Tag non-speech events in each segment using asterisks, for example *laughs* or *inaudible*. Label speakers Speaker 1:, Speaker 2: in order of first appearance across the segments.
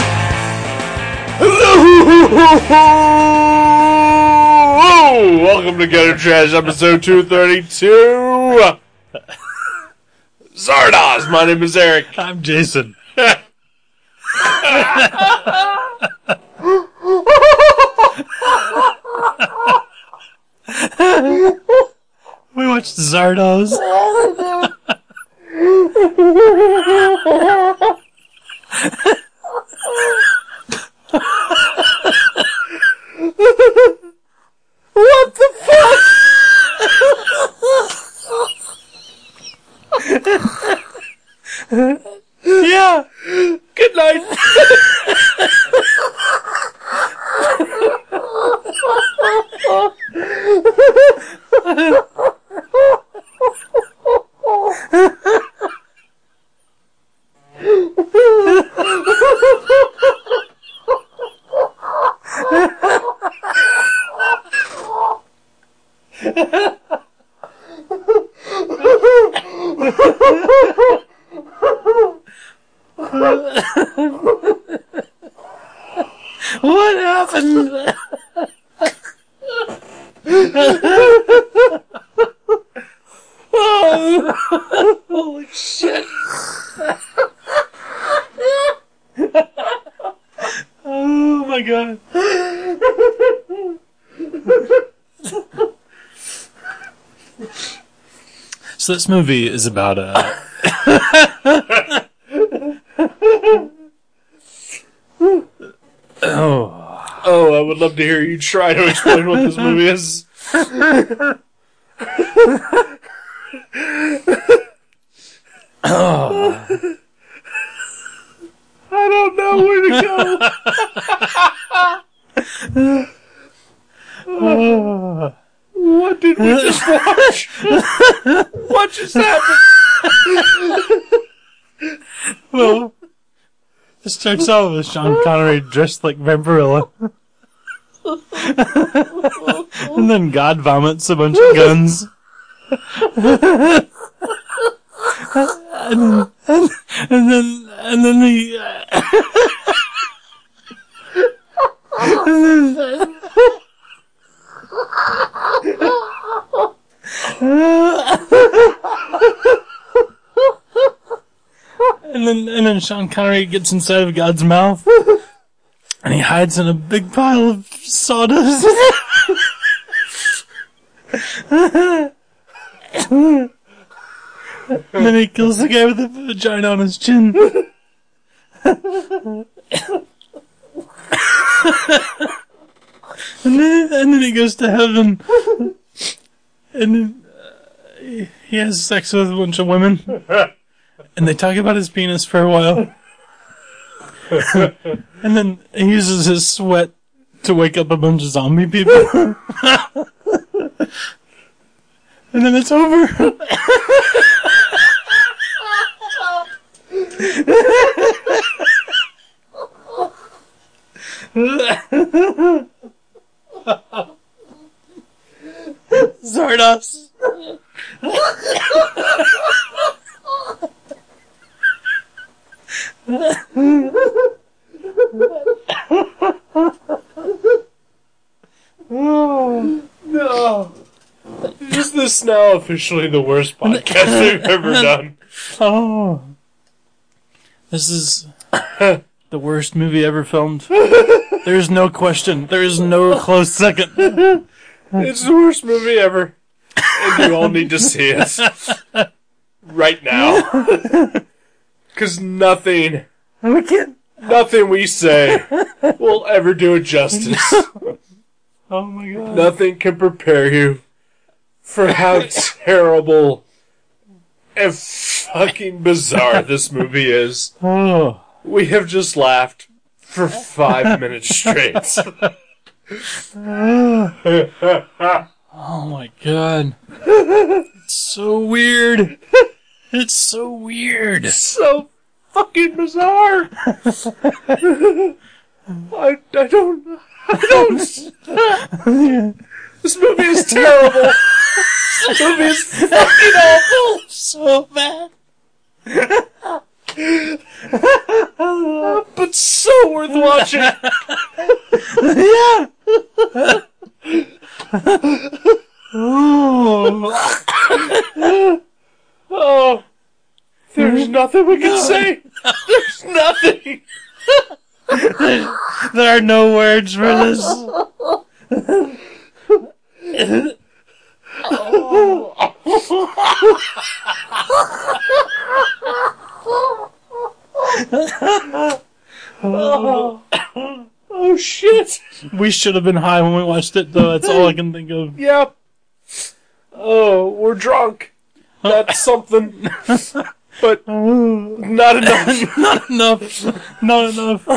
Speaker 1: *laughs* Welcome to Gutter Trash, episode 232. *laughs* Zardoz, my name is Eric.
Speaker 2: I'm Jason. *laughs* we watched Zardos.
Speaker 1: What the fuck?
Speaker 2: Yeah.
Speaker 1: Good night.
Speaker 2: What happened?
Speaker 1: Holy shit.
Speaker 2: Oh my god. so this movie is about uh, a Oh,
Speaker 1: Oh, I would love to hear you try to explain what this movie is. I don't know where to go. *laughs* what did we just watch? what just happened?
Speaker 2: *laughs* well, this starts off with Sean Connery dressed like Vampirilla. *laughs* and then God vomits a bunch of guns. and, and, and then, and then the, And then, and then Sean Connery gets inside of God's mouth, and he hides in a big pile of sawdust. and then he kills the guy with the vagina on his chin. *laughs* and then, and then he goes to heaven, and then uh, he- he has sex with a bunch of women and they talk about his penis for a while. *laughs* and then he uses his sweat to wake up a bunch of zombie people. *laughs* and then it's over. Zardos.
Speaker 1: No. Is this now officially the worst podcast we've ever done?
Speaker 2: Oh. This is the worst movie ever filmed. There's no question. There is no close second.
Speaker 1: It's the worst movie ever. And you all need to see it. Right now. Because nothing,
Speaker 2: We can't.
Speaker 1: nothing we say will ever do it justice.
Speaker 2: Oh my god.
Speaker 1: Nothing can prepare you for how terrible and fucking bizarre this movie is.
Speaker 2: Oh.
Speaker 1: We have just laughed for five minutes straight.
Speaker 2: Oh my god. it's so weird. It's so weird.
Speaker 1: *laughs* so fucking bizarre. I, I don't I don't. This movie is terrible. this movie is fucking awful.
Speaker 2: so bad.
Speaker 1: but so worth watching.
Speaker 2: Yeah. *laughs* oh.
Speaker 1: Oh, there's nothing we can say. There's nothing.
Speaker 2: There are no words for this. oh.
Speaker 1: Oh shit.
Speaker 2: We should have been high when we watched it, though. That's all I can think of.
Speaker 1: Yep. Oh, we're drunk. That's something. But not enough.
Speaker 2: Not enough. Not enough.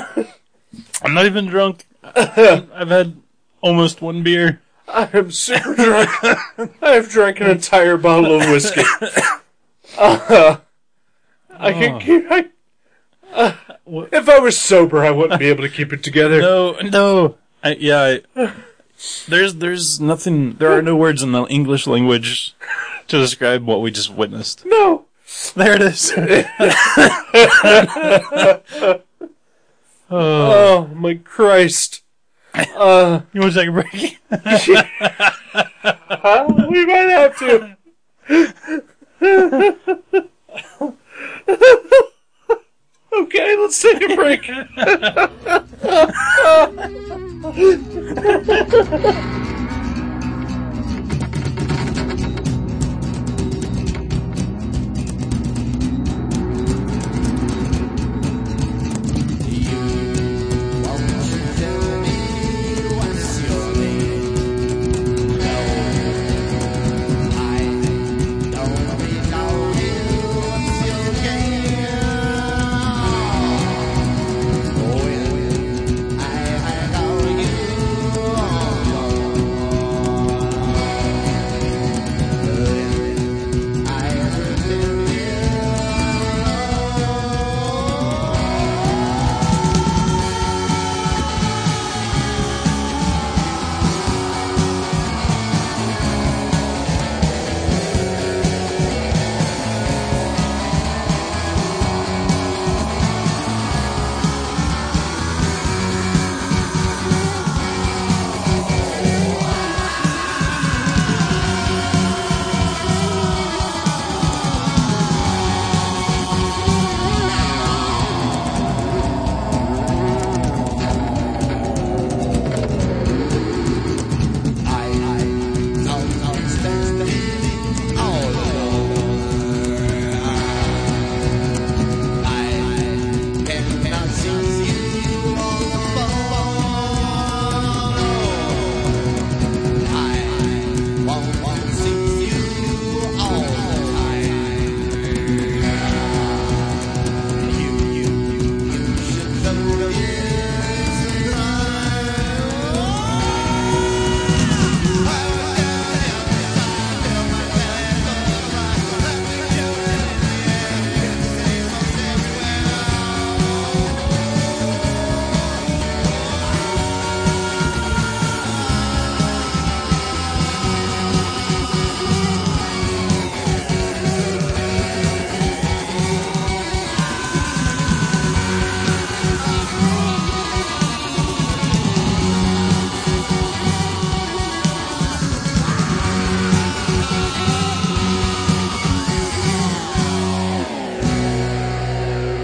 Speaker 2: I'm not even drunk. I've had almost one beer.
Speaker 1: I am super drunk. I have drank an entire bottle of whiskey. Uh, I can keep. I, uh, if I was sober, I wouldn't be able to keep it together.
Speaker 2: No, no. I, yeah, I, there's there's nothing. There are no words in the English language to describe what we just witnessed.
Speaker 1: no.
Speaker 2: There it is. oh,
Speaker 1: Oh my Christ. Uh,
Speaker 2: you want to take a break?
Speaker 1: huh? we might have to. okay, let's take a break.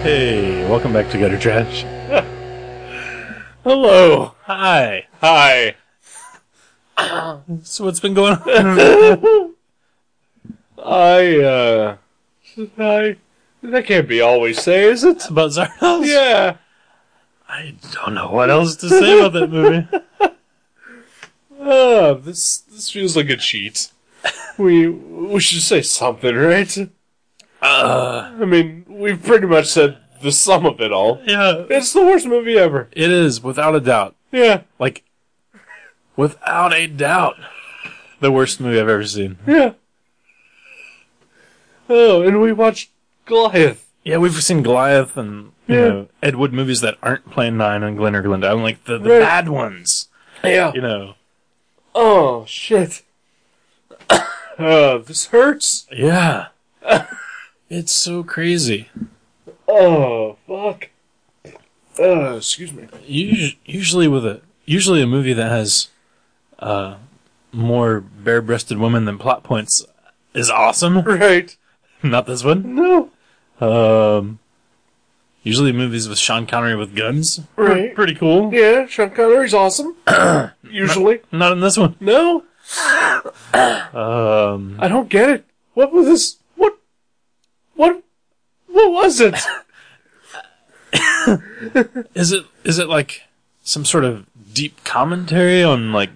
Speaker 2: Hey, welcome back to Gutter Trash.
Speaker 1: Hello.
Speaker 2: Hi.
Speaker 1: Hi.
Speaker 2: So what's been going on?
Speaker 1: I, uh. I. That can't be all we say, is it?
Speaker 2: about Zardos?
Speaker 1: Yeah.
Speaker 2: I don't know what else to say about that movie.
Speaker 1: Uh, this this feels like a cheat. We we should say something, right?
Speaker 2: Uh,
Speaker 1: I mean, we've pretty much said the sum of it all.
Speaker 2: yeah,
Speaker 1: It's the worst movie ever.
Speaker 2: it is without a doubt.
Speaker 1: Yeah.
Speaker 2: Like, without a doubt. The worst movie I've ever seen.
Speaker 1: Yeah. Oh, and we watched Goliath.
Speaker 2: Yeah, we've seen Goliath and you
Speaker 1: Yeah.
Speaker 2: know Ed Wood movies that aren't Plan Nine and Glenn or Glinda. I'm like the, the
Speaker 1: Right.
Speaker 2: bad ones.
Speaker 1: Yeah.
Speaker 2: You know.
Speaker 1: Oh shit. *coughs* uh, this hurts.
Speaker 2: Yeah.
Speaker 1: *laughs*
Speaker 2: it's so crazy.
Speaker 1: Oh fuck. Uh, excuse me.
Speaker 2: Us- Usually with a usually a movie that has uh, more bare-breasted women than plot points is awesome. *laughs*
Speaker 1: Right.
Speaker 2: Not this one.
Speaker 1: No.
Speaker 2: Um, usually movies with Sean Connery with guns are
Speaker 1: Right.
Speaker 2: pretty cool.
Speaker 1: Yeah, Sean Connery's *coughs* awesome. Usually.
Speaker 2: Not in this one.
Speaker 1: No.
Speaker 2: Um,
Speaker 1: I don't get it. What was this? What? What? What was it?
Speaker 2: is it is it like some sort of deep commentary on like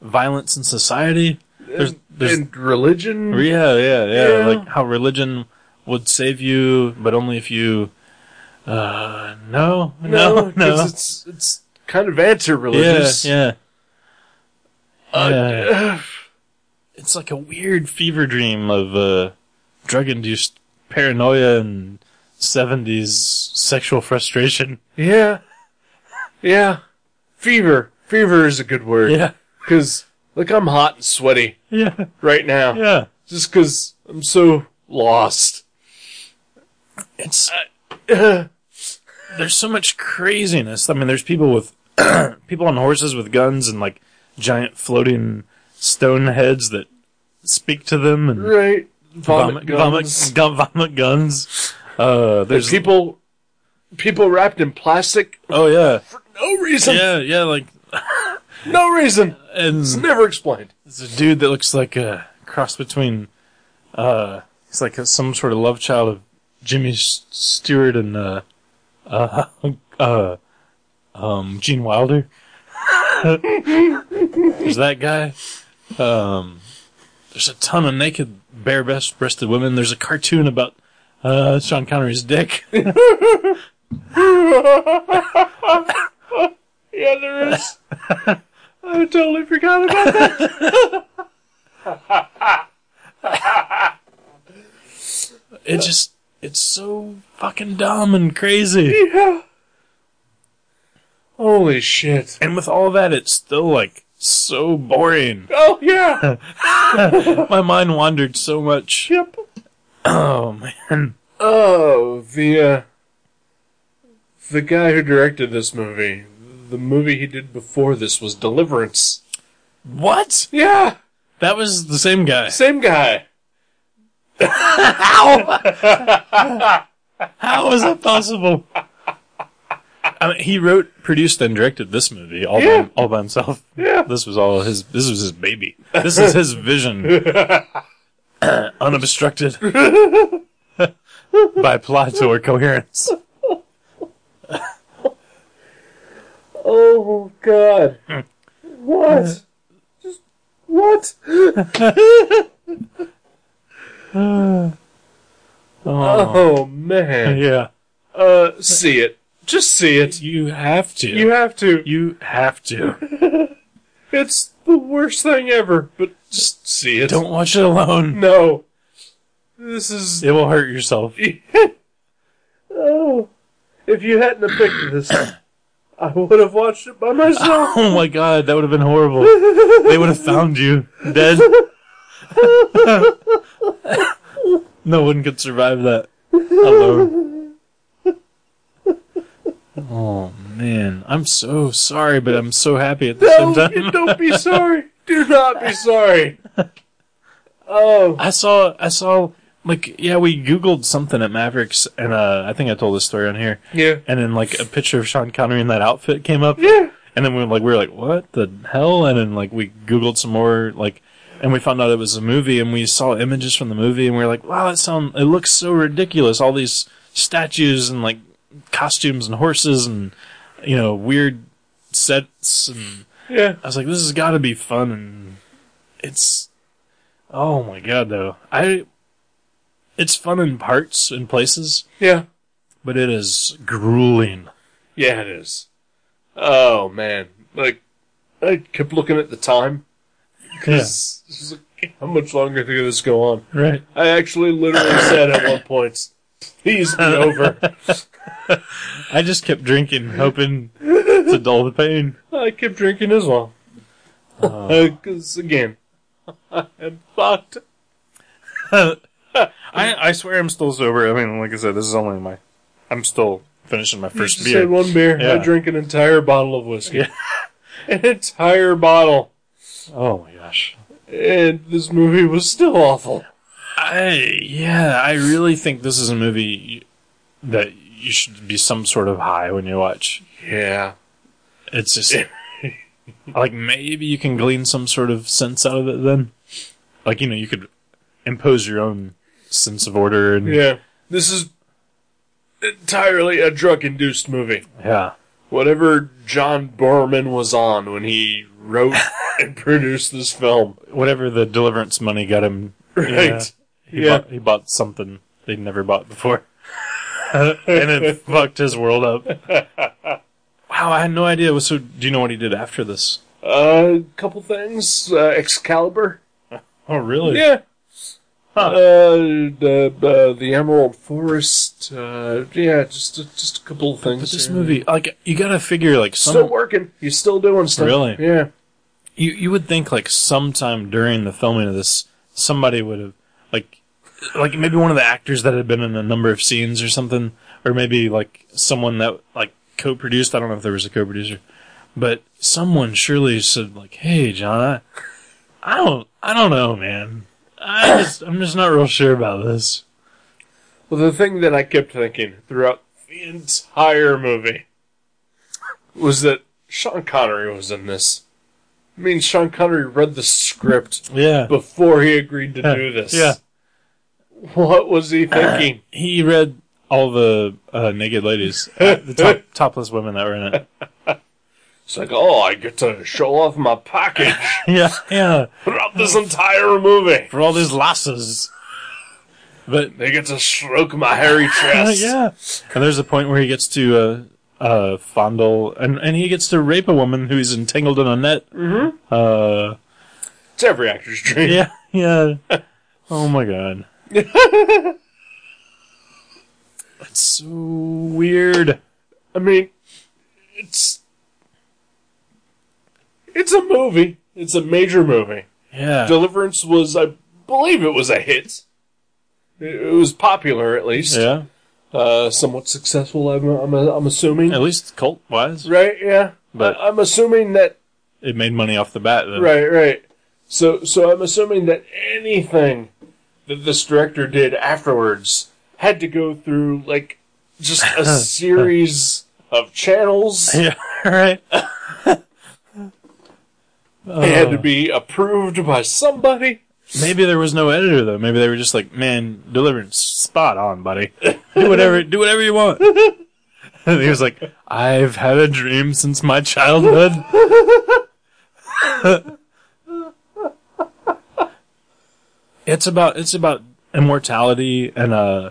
Speaker 2: violence in society? There's there's
Speaker 1: and religion.
Speaker 2: Yeah, yeah, yeah,
Speaker 1: Yeah.
Speaker 2: Like how religion would save you, but only if you. Uh, no, *laughs* no, no.
Speaker 1: 'cause It's it's kind of anti-religious.
Speaker 2: yeah, yeah. yeah.
Speaker 1: *sighs* Uh,
Speaker 2: It's like a weird fever dream of uh, drug-induced paranoia and seventies sexual frustration.
Speaker 1: yeah. Yeah. Fever. Fever is a good word.
Speaker 2: Yeah,
Speaker 1: Cause look, I'm hot and sweaty
Speaker 2: *laughs* yeah,
Speaker 1: right now.
Speaker 2: yeah.
Speaker 1: Just cause I'm so lost.
Speaker 2: It's
Speaker 1: Uh,
Speaker 2: there's so much craziness. I mean, there's people with *clears throat* people on horses with guns and like giant floating stone heads that speak to them and
Speaker 1: right. Vomit, guns.
Speaker 2: vomit, *laughs* gu- vomit guns. Uh, there's
Speaker 1: People. People wrapped in plastic
Speaker 2: oh yeah,
Speaker 1: for no reason.
Speaker 2: yeah, yeah. Like
Speaker 1: No reason.
Speaker 2: *laughs* and
Speaker 1: It's never explained.
Speaker 2: there's a dude that looks like a cross between, uh, he's like a, some sort of love child of Jimmy S- Stewart and uh, uh, *laughs* uh, um, Gene Wilder. *laughs* there's that guy. Um, there's a ton of naked, bare-breasted women. There's a cartoon about uh, Sean Connery's dick. *laughs*
Speaker 1: Yeah, there is. I totally forgot about that.
Speaker 2: It just it's so fucking dumb and crazy.
Speaker 1: Yeah. Holy shit.
Speaker 2: And with all that it's still like so boring.
Speaker 1: Oh, yeah.
Speaker 2: My mind wandered so much.
Speaker 1: yep.
Speaker 2: Oh man.
Speaker 1: Oh, the, uh, the guy who directed this movie, the movie he did before this was Deliverance.
Speaker 2: What?
Speaker 1: Yeah,
Speaker 2: That was the same guy.
Speaker 1: same guy.
Speaker 2: How is that possible? I mean, he wrote, produced, and directed this movie all,
Speaker 1: Yeah.
Speaker 2: by, all by himself.
Speaker 1: Yeah.
Speaker 2: This was all his. This was his baby. This is
Speaker 1: *laughs*
Speaker 2: his vision, unobstructed *laughs* by plot or coherence.
Speaker 1: Oh, God. what? Just, what?
Speaker 2: Oh,
Speaker 1: Oh, man.
Speaker 2: yeah.
Speaker 1: Uh, see it. Just see it.
Speaker 2: You have to.
Speaker 1: You have to.
Speaker 2: You have to.
Speaker 1: It's the worst thing ever, but just see it.
Speaker 2: Don't watch it alone.
Speaker 1: No. This is *laughs*
Speaker 2: It will hurt yourself.
Speaker 1: oh, if you hadn't have picked this, I would have watched it by myself.
Speaker 2: *laughs* Oh my god, that would have been horrible. They would have found you dead. *laughs* no one could survive that alone. Oh man, I'm so sorry, but I'm so happy at the same
Speaker 1: No,
Speaker 2: time.
Speaker 1: you don't be sorry. Do not be sorry. Oh,
Speaker 2: *laughs* I saw, I saw, like, yeah, we Googled something at Mavericks, and uh, I think I told this story on here.
Speaker 1: yeah,
Speaker 2: And then, like, a picture of Sean Connery in that outfit came up.
Speaker 1: yeah,
Speaker 2: And then we were like, we were like, what the hell? And then like we Googled some more, like, and we found out it was a movie and we saw images from the movie and we were like, wow, that sound, it looks so ridiculous. All these statues and like costumes and horses and, you know, weird sets. And
Speaker 1: yeah.
Speaker 2: I was like, this has got to be fun. And it's, oh my God, though. I, it's fun in parts and places,
Speaker 1: Yeah,
Speaker 2: but it is grueling.
Speaker 1: yeah. It is. Oh man, like I kept looking at the time. 'Cause it's like, How much longer can this go on?
Speaker 2: Right.
Speaker 1: I actually
Speaker 2: *coughs*
Speaker 1: literally said at one point, please be
Speaker 2: *laughs*
Speaker 1: over.
Speaker 2: I just kept drinking, hoping to dull the pain.
Speaker 1: I kept drinking as well.
Speaker 2: Uh-huh.
Speaker 1: Because, again, *laughs* I'm fucked.
Speaker 2: I, I swear I'm still sober. I mean, like I said, this is only my. I'm still finishing my
Speaker 1: I
Speaker 2: first
Speaker 1: just
Speaker 2: beer.
Speaker 1: had one beer. I
Speaker 2: Yeah.
Speaker 1: drank an entire bottle of whiskey.
Speaker 2: Yeah.
Speaker 1: *laughs* An entire bottle.
Speaker 2: Oh my gosh.
Speaker 1: And this movie was still awful.
Speaker 2: I yeah. I really think this is a movie that you should be some sort of high when you watch.
Speaker 1: Yeah.
Speaker 2: It's *laughs* just like maybe you can glean some sort of sense out of it. Then, like you know, you could impose your own sense of order and
Speaker 1: Yeah. This is entirely a drug induced movie.
Speaker 2: yeah.
Speaker 1: Whatever John Borman was on when he
Speaker 2: *laughs*
Speaker 1: wrote and produced this film.
Speaker 2: whatever the deliverance money got him.
Speaker 1: Right.
Speaker 2: He,
Speaker 1: Yeah.
Speaker 2: bought, he bought something they'd never bought before. *laughs* and it fucked his world up. Wow, I had no idea. So, do you know what he did after this?
Speaker 1: Uh, couple things. Uh, Excalibur.
Speaker 2: Oh, really?
Speaker 1: Yeah. Uh, the uh, the Emerald Forest. Uh, yeah, just just a couple of things.
Speaker 2: But this
Speaker 1: here.
Speaker 2: movie, like, you gotta figure, like,
Speaker 1: still
Speaker 2: some,
Speaker 1: working. He's still doing stuff.
Speaker 2: Really?
Speaker 1: Yeah.
Speaker 2: you, you would think, like, sometime during the filming of this, somebody would have, like, like maybe one of the actors that had been in a number of scenes or something, or maybe like someone that like co-produced. I don't know if there was a co-producer, but someone surely said like, "Hey, John, I, I don't, I don't know, man. I just, I'm just not real sure about this."
Speaker 1: Well, the thing that I kept thinking throughout the entire movie was that Sean Connery was in this. I mean, Sean Connery read the script
Speaker 2: Yeah,
Speaker 1: before he agreed to do this.
Speaker 2: Yeah,
Speaker 1: What was he thinking?
Speaker 2: he read all the uh, naked ladies, uh, the top, topless women that were in it.
Speaker 1: It's like, oh, I get to show off my package
Speaker 2: *laughs* Yeah, yeah,
Speaker 1: throughout this entire movie.
Speaker 2: for all these lasses. But uh,
Speaker 1: They get to stroke my hairy chest.
Speaker 2: *laughs* yeah. And there's a point where he gets to uh, uh, fondle and, and he gets to rape a woman who's entangled in a net. Mm-hmm. Uh,
Speaker 1: It's every actor's dream.
Speaker 2: yeah, yeah. *laughs* oh my *laughs* god. It's so weird.
Speaker 1: I mean, it's it's a movie. It's a major movie.
Speaker 2: Yeah.
Speaker 1: Deliverance was, I believe, it was a hit. It it was popular, at least.
Speaker 2: yeah.
Speaker 1: Uh, somewhat successful. I'm, I'm, I'm assuming.
Speaker 2: At least cult wise,
Speaker 1: Right? Yeah.
Speaker 2: But-
Speaker 1: I, I'm assuming that.
Speaker 2: it made money off the bat. Then.
Speaker 1: Right. Right. So, so I'm assuming that anything that this director did afterwards had to go through like just a series of channels.
Speaker 2: *laughs* Yeah. Right.
Speaker 1: It had to be approved by somebody.
Speaker 2: *laughs* Maybe there was no editor though. Maybe they were just like, "Man, Deliverance, spot on, buddy. Do whatever, do whatever you want." *laughs* And he was like, "I've had a dream since my childhood." *laughs* it's about it's about immortality and uh,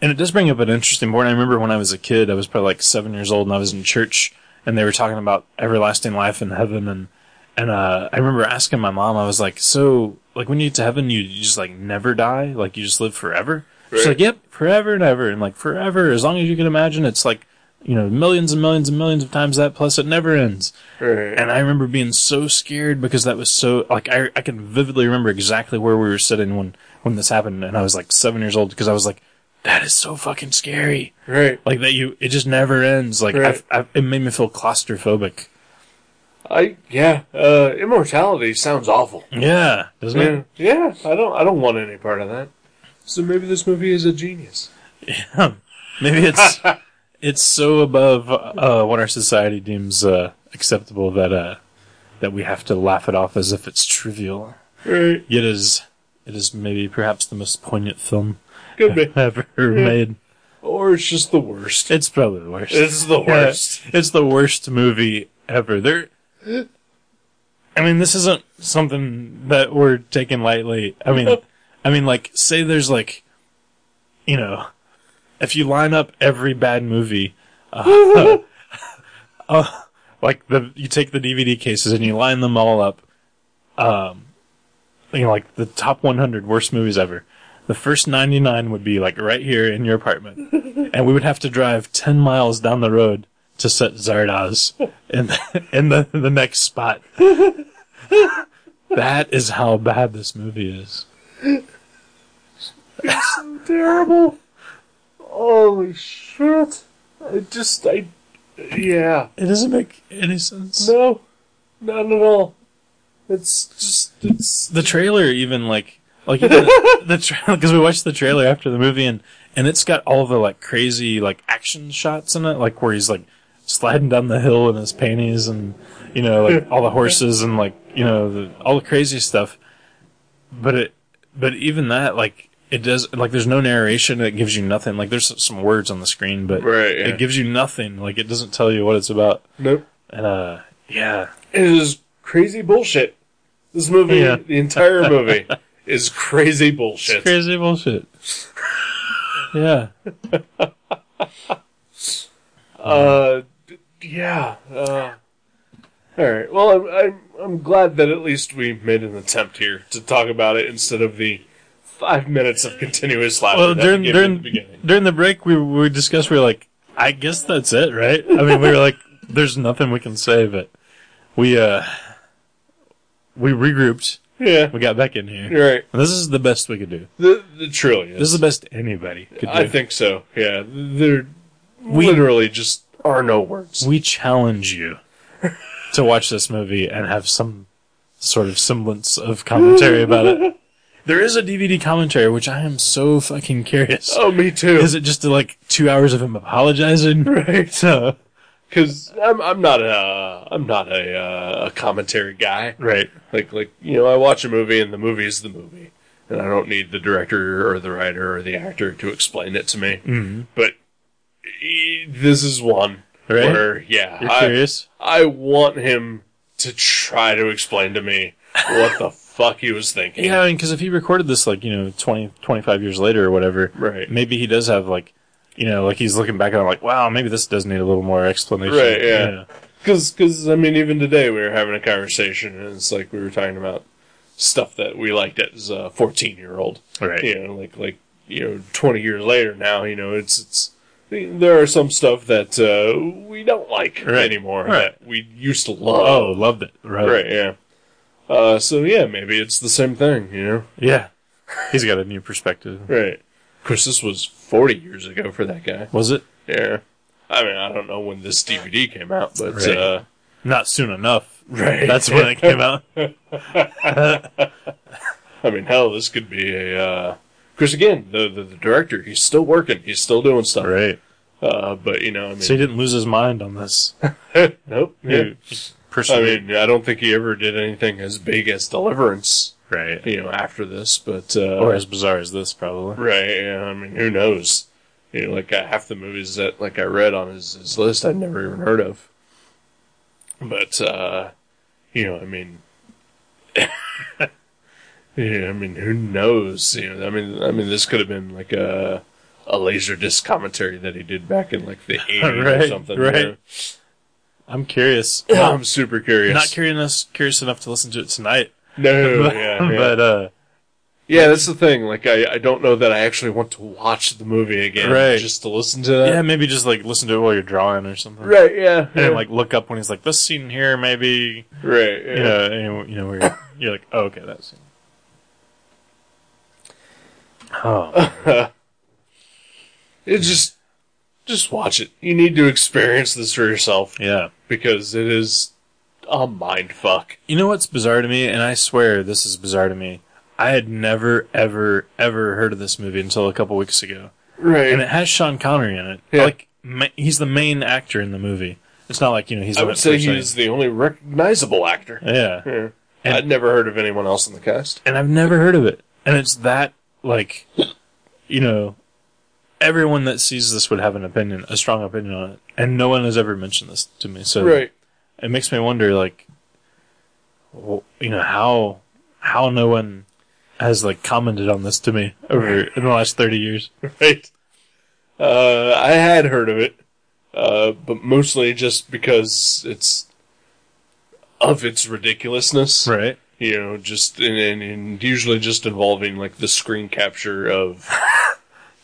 Speaker 2: and it does bring up an interesting point. I remember when I was a kid, I was probably like seven years old, and I was in church, and they were talking about everlasting life in heaven, and and uh, I remember asking my mom, I was like, so, like, when you get to heaven, you, you just, like, never die? Like, you just live forever? She's
Speaker 1: Right.
Speaker 2: like, yep, forever and ever. And, like, forever, as long as you can imagine, it's like, you know, millions and millions and millions of times that, plus it never ends.
Speaker 1: Right.
Speaker 2: And I remember being so scared because that was so, like, I, I can vividly remember exactly where we were sitting when, when this happened. And I was, like, seven years old because I was like, that is so fucking scary.
Speaker 1: Right.
Speaker 2: Like, that you, it just never ends. Like,
Speaker 1: Right.
Speaker 2: I've, I've, it made me feel claustrophobic.
Speaker 1: I yeah. Uh, immortality sounds awful.
Speaker 2: Yeah. Doesn't it?
Speaker 1: Yeah. Yeah. I don't. I don't want any part of that. So maybe this movie is a genius.
Speaker 2: Maybe it's it's so above uh, what our society deems uh, acceptable that uh, that we have to laugh it off as if it's trivial.
Speaker 1: Right.
Speaker 2: Yet is it is maybe perhaps the most poignant film *laughs*
Speaker 1: Could be.
Speaker 2: ever made.
Speaker 1: Or it's just the worst.
Speaker 2: It's probably the worst.
Speaker 1: It's the
Speaker 2: Yeah.
Speaker 1: worst.
Speaker 2: It's the worst movie ever. There. I mean, this isn't something that we're taking lightly. I mean, I mean, like, say there's like, you know, if you line up every bad movie, *laughs* uh, uh, like the you take the DVD cases and you line them all up. um, you know, like the top 100 worst movies ever. The first 99 would be like right here in your apartment, and we would have to drive 10 miles down the road to set Zardoz in *laughs* the, in the the next spot. That is how bad this movie is.
Speaker 1: It's so terrible. Holy shit. I just, I, yeah.
Speaker 2: It doesn't make any sense.
Speaker 1: No, not at all. It's just, it's,
Speaker 2: The trailer even like like
Speaker 1: *laughs*
Speaker 2: even the, the trailer because we watched the trailer after the movie and and it's got all the like crazy like action shots in it like where he's like sliding down the hill in his panties and you know like all the horses and like you know the, all the crazy stuff but it but even that like it does like there's no narration it gives you nothing like there's some words on the screen but
Speaker 1: Right, yeah.
Speaker 2: it gives you nothing like it doesn't tell you what it's about
Speaker 1: nope.
Speaker 2: and uh yeah
Speaker 1: It is crazy bullshit. This movie,
Speaker 2: Yeah.
Speaker 1: the entire movie, *laughs* is crazy bullshit.
Speaker 2: It's
Speaker 1: *laughs*
Speaker 2: crazy bullshit. yeah.
Speaker 1: Uh, d- yeah. Uh, all right. Well, I'm, I'm I'm glad that at least we made an attempt here to talk about it instead of the five minutes of continuous laughter.
Speaker 2: Well,
Speaker 1: that
Speaker 2: during
Speaker 1: we gave at
Speaker 2: during
Speaker 1: the beginning.
Speaker 2: during the break, we we discussed. We were like, I guess that's it, right? I mean, we were like, there's nothing we can say, but we uh we regrouped.
Speaker 1: Yeah.
Speaker 2: We got back in here.
Speaker 1: You're right.
Speaker 2: And this is the best we could do.
Speaker 1: The the trillion.
Speaker 2: This is the best anybody could do.
Speaker 1: I think so. Yeah. There literally just are no words.
Speaker 2: we challenge you to watch this movie and have some sort of semblance of commentary
Speaker 1: *laughs*
Speaker 2: about it. There is a DVD commentary, which I am so fucking curious.
Speaker 1: Oh, me too.
Speaker 2: Is it just like two hours of him apologizing? *laughs* Right. Uh,
Speaker 1: Because I'm I'm not a I'm not a uh, a commentary guy.
Speaker 2: right.
Speaker 1: Like like you know I watch a movie and the movie is the movie, and I don't need the director or the writer or the actor to explain it to me.
Speaker 2: Mm-hmm.
Speaker 1: mm But e- this is one
Speaker 2: Right?
Speaker 1: where yeah
Speaker 2: You're
Speaker 1: I,
Speaker 2: curious.
Speaker 1: I want him to try to explain to me what the *laughs* fuck he was thinking.
Speaker 2: Yeah, I mean, because if he recorded this like you know 20, 25 years later or whatever,
Speaker 1: Right.
Speaker 2: Maybe he does have like, you know, like he's looking back on it like, wow, maybe this does need a little more explanation.
Speaker 1: Right, yeah. Because, cause, I mean, even today we were having a conversation, and it's like we were talking about stuff that we liked as a fourteen-year-old.
Speaker 2: Right.
Speaker 1: You know, like like you know, twenty years later now, you know, it's it's there are some stuff that uh, we don't like
Speaker 2: Right.
Speaker 1: anymore
Speaker 2: Right.
Speaker 1: that we used to love.
Speaker 2: Oh, loved it. Right.
Speaker 1: Right. Yeah. Uh, so yeah, maybe it's the same thing. You know.
Speaker 2: Yeah. He's got a new perspective.
Speaker 1: Right. Of course, this was forty years ago for that guy.
Speaker 2: Was it
Speaker 1: Yeah. I mean, I don't know when this DVD came out, but
Speaker 2: Right.
Speaker 1: uh,
Speaker 2: not soon enough?
Speaker 1: right.
Speaker 2: That's when it
Speaker 1: *laughs*
Speaker 2: came out.
Speaker 1: I mean, hell, this could be a. Because again, the, the the director, he's still working, he's still doing stuff.
Speaker 2: Right.
Speaker 1: Uh, but you know, I mean,
Speaker 2: So he didn't lose his mind on this.
Speaker 1: *laughs* nope.
Speaker 2: He
Speaker 1: I
Speaker 2: persevered.
Speaker 1: mean, I don't think he ever did anything as big as Deliverance,
Speaker 2: right.
Speaker 1: you know, after this. But uh,
Speaker 2: Or as bizarre as this, probably.
Speaker 1: right, yeah, I mean, who knows? You know, like uh, half the movies that like I read on his, his list, I'd never even heard of. But uh, you know, I mean, *laughs* yeah, I mean, who knows? You know, I mean, I mean, this could have been like a a laser disc commentary that he did back in like the
Speaker 2: *laughs*
Speaker 1: eighties or
Speaker 2: Right,
Speaker 1: something.
Speaker 2: right.
Speaker 1: you know?
Speaker 2: I'm curious.
Speaker 1: I'm super curious.
Speaker 2: not curious curious enough to listen to it tonight.
Speaker 1: no,
Speaker 2: *laughs* But,
Speaker 1: yeah, yeah.
Speaker 2: but uh,
Speaker 1: Yeah, that's the thing. Like, I, I don't know that I actually want to watch the movie again
Speaker 2: Right.
Speaker 1: just to listen to that.
Speaker 2: yeah, maybe just like listen to it while you're drawing or something.
Speaker 1: Right, yeah.
Speaker 2: And
Speaker 1: yeah.
Speaker 2: then, like look up when he's like this scene here, maybe
Speaker 1: right, yeah.
Speaker 2: you know, and, you know where *coughs* you're, you're like, oh, okay, that scene. Oh,
Speaker 1: It just, just watch it. You need to experience this for yourself
Speaker 2: *laughs* yeah.
Speaker 1: because it is a mind fuck.
Speaker 2: You know what's bizarre to me, and I swear this is bizarre to me. I had never, ever, ever heard of this movie until a couple weeks ago,
Speaker 1: Right.
Speaker 2: and it has Sean Connery in it.
Speaker 1: Yeah.
Speaker 2: Like ma- he's the main actor in the movie. It's not like you know he's.
Speaker 1: I
Speaker 2: in
Speaker 1: would
Speaker 2: it
Speaker 1: say
Speaker 2: per se.
Speaker 1: he's the only recognizable actor.
Speaker 2: Yeah.
Speaker 1: Yeah.
Speaker 2: And-
Speaker 1: I'd never heard of anyone else in the cast.
Speaker 2: and I've never heard of it. And it's that like, you know, everyone that sees this would have an opinion, a strong opinion on it, and no one has ever mentioned this to me. So it makes me wonder, like, w you know, how how no one has like commented on this to me over in the last thirty years.
Speaker 1: *laughs* Right. Uh, I had heard of it, uh, but mostly just because it's of its ridiculousness.
Speaker 2: Right.
Speaker 1: you know, just and, and, and usually just involving like the screen capture of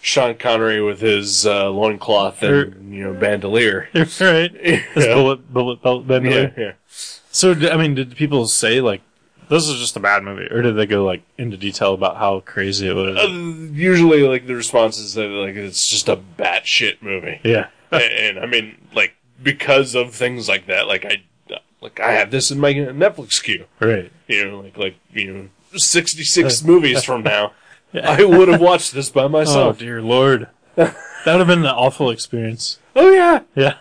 Speaker 1: Sean Connery with his uh, loincloth and you know bandolier.
Speaker 2: *laughs* right? This
Speaker 1: Yeah.
Speaker 2: bullet bullet belt bandolier.
Speaker 1: Yeah, yeah.
Speaker 2: So d- I mean, did people say like this is just a bad movie, or did they go like into detail about how crazy it was?
Speaker 1: Uh, usually, like the response is that like it's just a batshit
Speaker 2: *laughs*
Speaker 1: movie,
Speaker 2: yeah,
Speaker 1: and, and I mean, like because of things like that, like I like I have this in my Netflix queue.
Speaker 2: right.
Speaker 1: you know, like like you know, sixty six movies from now, I would have watched this by
Speaker 2: Oh
Speaker 1: myself.
Speaker 2: dear lord, that would have been an awful experience.
Speaker 1: Oh, yeah,
Speaker 2: Yeah.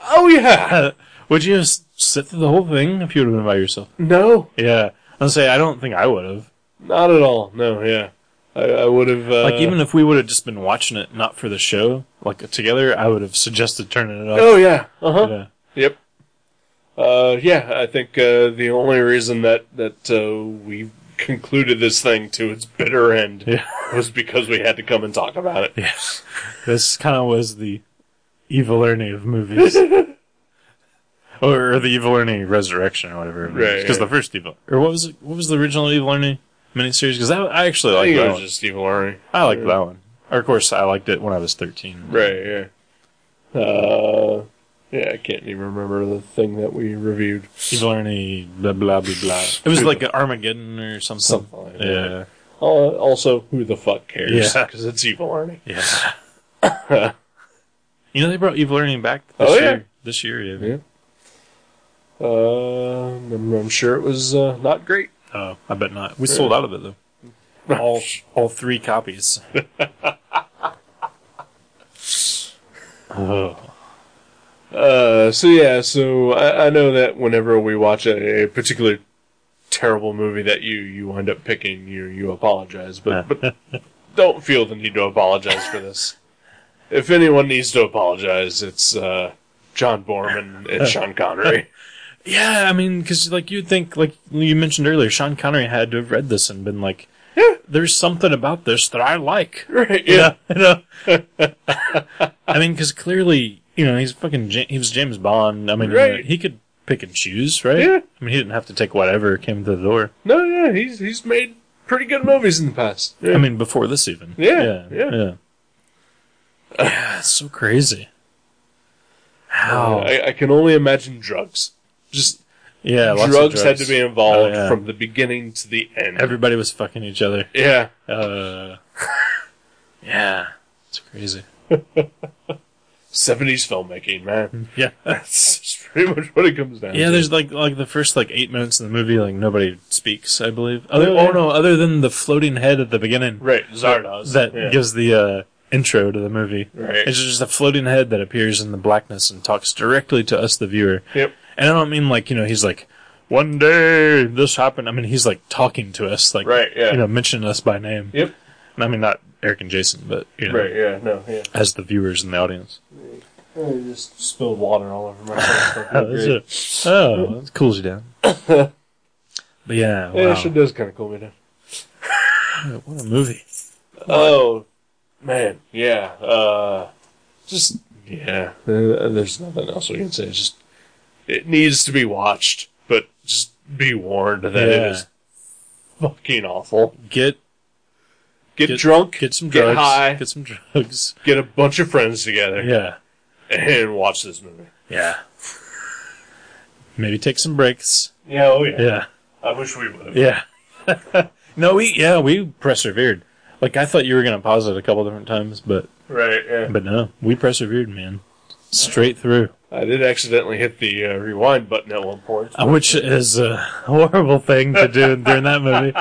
Speaker 2: *laughs*
Speaker 1: oh yeah.
Speaker 2: would you just sit through the whole thing if you would have been by yourself?
Speaker 1: No,
Speaker 2: Yeah. I'll say I don't think I would have.
Speaker 1: not at all. No, yeah, I, I would have uh,
Speaker 2: Like even if we would have just been watching it, not for the show, like together, I would have suggested turning it off.
Speaker 1: Oh yeah, uh huh.
Speaker 2: Yeah.
Speaker 1: Yep. Uh, yeah, I think uh, the only reason that that uh, we concluded this thing to its bitter end *laughs*
Speaker 2: Yeah. *laughs*
Speaker 1: was because we had to come and talk about it.
Speaker 2: Yeah. This kind of was the evil Ernie
Speaker 1: *laughs*
Speaker 2: of movies. or, or the evil Ernie resurrection or whatever.
Speaker 1: Right,
Speaker 2: Because
Speaker 1: yeah.
Speaker 2: the first evil. Or what was it? What was the original evil Ernie miniseries? Because I actually
Speaker 1: I
Speaker 2: like
Speaker 1: think
Speaker 2: that
Speaker 1: it was
Speaker 2: one.
Speaker 1: just Steve Larney.
Speaker 2: I liked that one. Or, of course, I liked it when I was 13.
Speaker 1: Right. Yeah. Uh, yeah, I can't even remember the thing that we reviewed.
Speaker 2: Evil Ernie, blah, blah, blah, blah. It was like an Armageddon or something.
Speaker 1: Something like that.
Speaker 2: yeah.
Speaker 1: Uh, also, who the fuck cares? *laughs*
Speaker 2: Yeah.
Speaker 1: Because it's evil, Arnie.
Speaker 2: Yeah. *laughs* you know, they brought evil Ernie back this
Speaker 1: Oh, yeah.
Speaker 2: year. This year, yeah.
Speaker 1: Yeah. Uh, I'm, I'm sure it was uh, not great.
Speaker 2: Oh, I bet not. We sold out of it though. All all three copies. oh.
Speaker 1: Uh, so yeah, so I, I know that whenever we watch a, a particular terrible movie that you you wind up picking, you you apologize, but
Speaker 2: *laughs*
Speaker 1: but don't feel the need to apologize for this. If anyone needs to apologize, it's uh, John Borman
Speaker 2: *laughs*
Speaker 1: and Sean Connery.
Speaker 2: Yeah, I mean, because like you'd think, like you mentioned earlier, Sean Connery had to have read this and been like,
Speaker 1: Yeah.
Speaker 2: "There's something about this that I like."
Speaker 1: right?
Speaker 2: *laughs* you know. I mean, because clearly, you know, he's fucking. Ja- he was James Bond. I mean,
Speaker 1: Right.
Speaker 2: he could pick and choose, right?
Speaker 1: Yeah.
Speaker 2: I mean, he didn't have to take whatever came to the door.
Speaker 1: No, yeah, he's he's made pretty good movies in the past. Yeah.
Speaker 2: I mean, before this even.
Speaker 1: Yeah,
Speaker 2: yeah,
Speaker 1: yeah.
Speaker 2: yeah. *sighs* Yeah, it's so crazy.
Speaker 1: Oh.
Speaker 2: How?
Speaker 1: I, I can only imagine drugs. Just
Speaker 2: yeah, lots
Speaker 1: drugs,
Speaker 2: of
Speaker 1: had to be involved
Speaker 2: Oh, yeah.
Speaker 1: from the beginning to the end.
Speaker 2: Everybody was fucking each other.
Speaker 1: yeah,
Speaker 2: Uh, *laughs* yeah, it's crazy.
Speaker 1: seventies filmmaking, man. *laughs*
Speaker 2: Yeah,
Speaker 1: That's just pretty much what it comes down.
Speaker 2: yeah.
Speaker 1: to.
Speaker 2: There's like like the first like eight minutes of the movie, like nobody speaks. I believe. Other,
Speaker 1: Oh,
Speaker 2: oh,
Speaker 1: yeah.
Speaker 2: no, other than the floating head at the beginning.
Speaker 1: right Zardoz
Speaker 2: That
Speaker 1: yeah.
Speaker 2: gives the uh, intro to the movie.
Speaker 1: Right.
Speaker 2: It's just a floating head that appears in the blackness and talks directly to us, the viewer.
Speaker 1: Yep.
Speaker 2: And I don't mean like, you know, he's like, one day this happened. I mean, he's like talking to us, like,
Speaker 1: Right, yeah.
Speaker 2: you know, mentioning us by name.
Speaker 1: Yep.
Speaker 2: And I mean, not Eric and Jason, but, you know,
Speaker 1: Right. Yeah. No. Yeah.
Speaker 2: as the viewers in the audience.
Speaker 1: I Oh, just spilled water all over
Speaker 2: *laughs*
Speaker 1: my face.
Speaker 2: That's it. Oh, that cools
Speaker 1: *coughs*
Speaker 2: you down. but
Speaker 1: Yeah,
Speaker 2: yeah, wow.
Speaker 1: it sure does kind of cool me down.
Speaker 2: What a movie.
Speaker 1: Oh man, yeah. Uh, just yeah. Uh, there's nothing else we can say. Just it needs to be watched, but just be warned that it
Speaker 2: Yeah.
Speaker 1: is fucking awful.
Speaker 2: Get
Speaker 1: Get,
Speaker 2: Get-
Speaker 1: drunk,
Speaker 2: get some
Speaker 1: Get
Speaker 2: drugs.
Speaker 1: high.
Speaker 2: Get some drugs.
Speaker 1: get a bunch of friends together,
Speaker 2: Yeah.
Speaker 1: and watch this movie.
Speaker 2: Yeah. Maybe take some breaks.
Speaker 1: Yeah. Oh yeah.
Speaker 2: Yeah.
Speaker 1: I wish we would.
Speaker 2: Yeah. *laughs* no, we yeah, we persevered. Like I thought you were gonna pause it a couple different times, but
Speaker 1: Right. Yeah.
Speaker 2: but no, we persevered, man. Straight through,
Speaker 1: I did accidentally hit the uh, rewind button at one point.
Speaker 2: Uh, which is a *laughs* horrible thing to do during that *laughs* movie.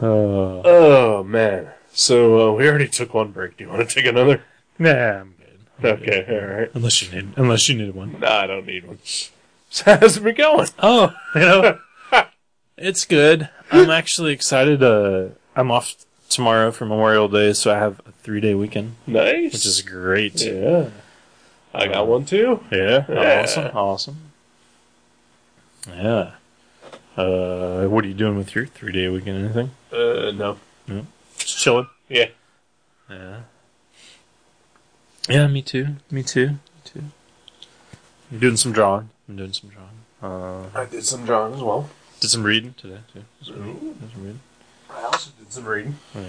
Speaker 2: Oh,
Speaker 1: Oh man. So uh, we already took one break. Do you want to take another?
Speaker 2: nah, I'm good.
Speaker 1: Okay. All right.
Speaker 2: Unless you need, unless you need one.
Speaker 1: No, I don't need one. *laughs* How's it been going?
Speaker 2: Oh, *laughs* you know, it's good. I'm actually excited. Uh, I'm off tomorrow for Memorial Day, so I have a three day weekend,
Speaker 1: Nice.
Speaker 2: which is great.
Speaker 1: yeah. I got one too.
Speaker 2: Yeah,
Speaker 1: Yeah.
Speaker 2: awesome, awesome. Yeah. Uh, what are you doing with your three day weekend? Anything?
Speaker 1: Uh, no.
Speaker 2: Just chilling.
Speaker 1: Yeah.
Speaker 2: Yeah. Yeah, me too. Me too. Me too. I'm doing some drawing. I'm doing some drawing. Uh,
Speaker 1: I did some drawing as well.
Speaker 2: did some reading today too. Did some reading.
Speaker 1: Ooh.
Speaker 2: Did some reading.
Speaker 1: I also did some reading.
Speaker 2: Yeah.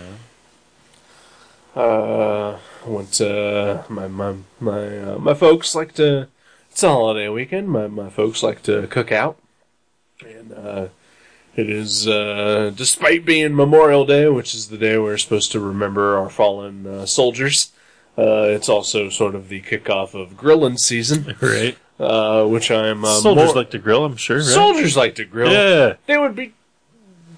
Speaker 1: Uh, I went to my my my uh, my folks like to. It's a holiday weekend. My my folks like to cook out, and uh, it is uh, despite being Memorial Day, which is the day we're supposed to remember our fallen uh, soldiers. Uh, it's also sort of the kickoff of grilling season,
Speaker 2: Right.
Speaker 1: uh, which I'm uh,
Speaker 2: Soldiers
Speaker 1: more-
Speaker 2: like to grill, I'm sure. Right?
Speaker 1: soldiers like to grill.
Speaker 2: Yeah.
Speaker 1: They would be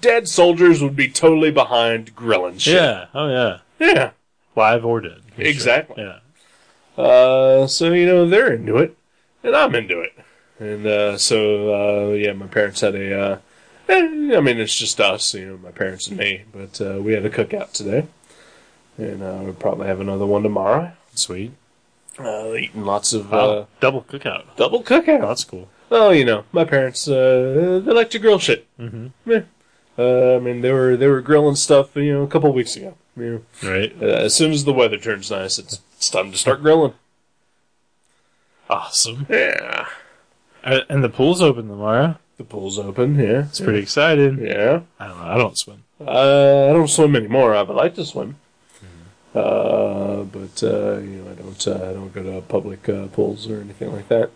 Speaker 1: dead soldiers would be totally behind grilling shit.
Speaker 2: Yeah. Oh yeah.
Speaker 1: Yeah.
Speaker 2: Live or dead. for sure.
Speaker 1: Exactly.
Speaker 2: Yeah.
Speaker 1: Uh, so you know they're into it, and I'm into it, and uh, so uh, yeah, my parents had a. Uh, eh, I mean, it's just us, you know, my parents and me, but uh, we had a cookout today, and uh, we'll probably have another one tomorrow.
Speaker 2: Sweet.
Speaker 1: Uh, eating lots of
Speaker 2: Wow.
Speaker 1: uh,
Speaker 2: Double cookout.
Speaker 1: double
Speaker 2: Oh,
Speaker 1: cookouts.
Speaker 2: that's cool.
Speaker 1: Well, you know, my parents uh, they like to grill shit.
Speaker 2: hmm
Speaker 1: Meh. Uh, I mean, they were they were grilling stuff, you know, a couple weeks ago. You know,
Speaker 2: Right.
Speaker 1: Uh, as soon as the weather turns nice, it's, it's time to start grilling.
Speaker 2: Awesome.
Speaker 1: Yeah.
Speaker 2: Uh, and the pool's open tomorrow.
Speaker 1: The pool's open, yeah.
Speaker 2: It's pretty exciting.
Speaker 1: Yeah.
Speaker 2: I don't know. I don't swim.
Speaker 1: Uh, I don't swim anymore. I would like to swim.
Speaker 2: Mm-hmm.
Speaker 1: Uh, but, uh, you know, I don't, uh, I don't go to public uh, pools or anything like that.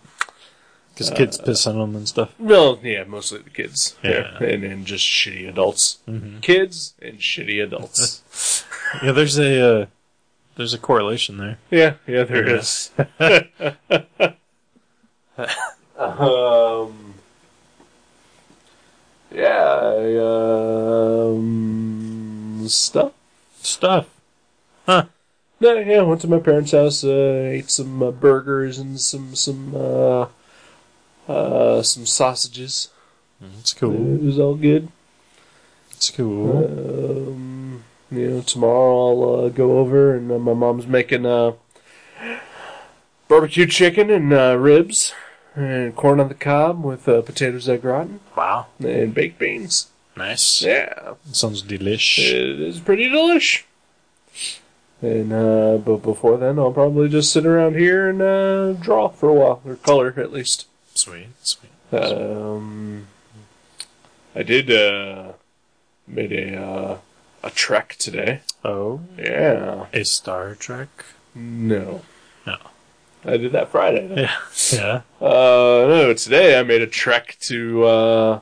Speaker 2: Because kids piss on them and stuff.
Speaker 1: Well, yeah, mostly the kids.
Speaker 2: Yeah.
Speaker 1: And, and just shitty adults.
Speaker 2: Mhm.
Speaker 1: Kids and shitty adults. *laughs*
Speaker 2: Yeah, there's a uh, there's a correlation there.
Speaker 1: yeah, yeah, there
Speaker 2: Yeah.
Speaker 1: is. um, yeah, I, um, stuff.
Speaker 2: Stuff.
Speaker 1: No, yeah, went to my parents' house, uh, ate some uh, burgers and some some uh, uh, some sausages.
Speaker 2: *laughs* It's
Speaker 1: Uh,
Speaker 2: cool.
Speaker 1: It was all good.
Speaker 2: It's cool.
Speaker 1: Um, you know, tomorrow I'll uh, go over and uh, my mom's making uh, barbecue chicken and uh, ribs and corn on the cob with uh, potatoes au gratin
Speaker 2: Wow.
Speaker 1: and baked beans.
Speaker 2: Nice.
Speaker 1: Yeah,
Speaker 2: Sounds delish.
Speaker 1: it is pretty delish. And uh, but before then, I'll probably just sit around here and uh, draw for a while, or color at least.
Speaker 2: Sweet. Sweet.
Speaker 1: Um, I did uh, made a uh, a trek today.
Speaker 2: Oh,
Speaker 1: Yeah,
Speaker 2: a Star Trek.
Speaker 1: no,
Speaker 2: No.
Speaker 1: I did that Friday. though.
Speaker 2: Yeah. *laughs* Yeah.
Speaker 1: Uh, no, today I made a trek to uh,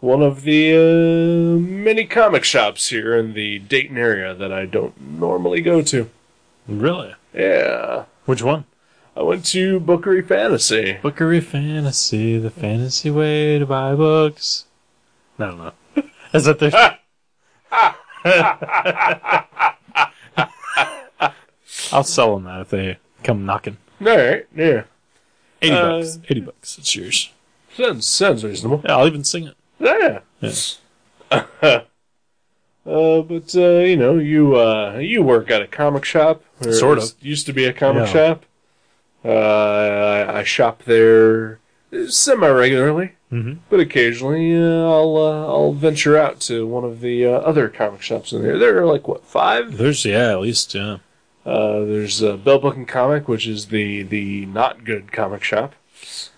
Speaker 1: one of the uh, many comic shops here in the Dayton area that I don't normally go to.
Speaker 2: Really?
Speaker 1: Yeah.
Speaker 2: Which one?
Speaker 1: I went to Bookery Fantasy.
Speaker 2: Bookery Fantasy, the fantasy way to buy books. I don't know. *laughs* Is that *laughs* their? I'll sell them that if they come knocking.
Speaker 1: Alright, yeah.
Speaker 2: 80
Speaker 1: Uh,
Speaker 2: bucks. 80 bucks. It's yours.
Speaker 1: Sounds sounds reasonable.
Speaker 2: Yeah, I'll even sing it.
Speaker 1: Yeah.
Speaker 2: Yeah.
Speaker 1: Uh, but uh, you know, you uh, you work at a comic shop. or
Speaker 2: Sort
Speaker 1: it Used to be a comic
Speaker 2: Yeah.
Speaker 1: shop. Uh, I, I shop there semi regularly,
Speaker 2: Mm-hmm.
Speaker 1: but occasionally uh, I'll uh, I'll venture out to one of the uh, other comic shops in there. There are like what five?
Speaker 2: There's, yeah, at least, yeah.
Speaker 1: Uh, there's uh, Bell Book and Comic, which is the the not good comic shop.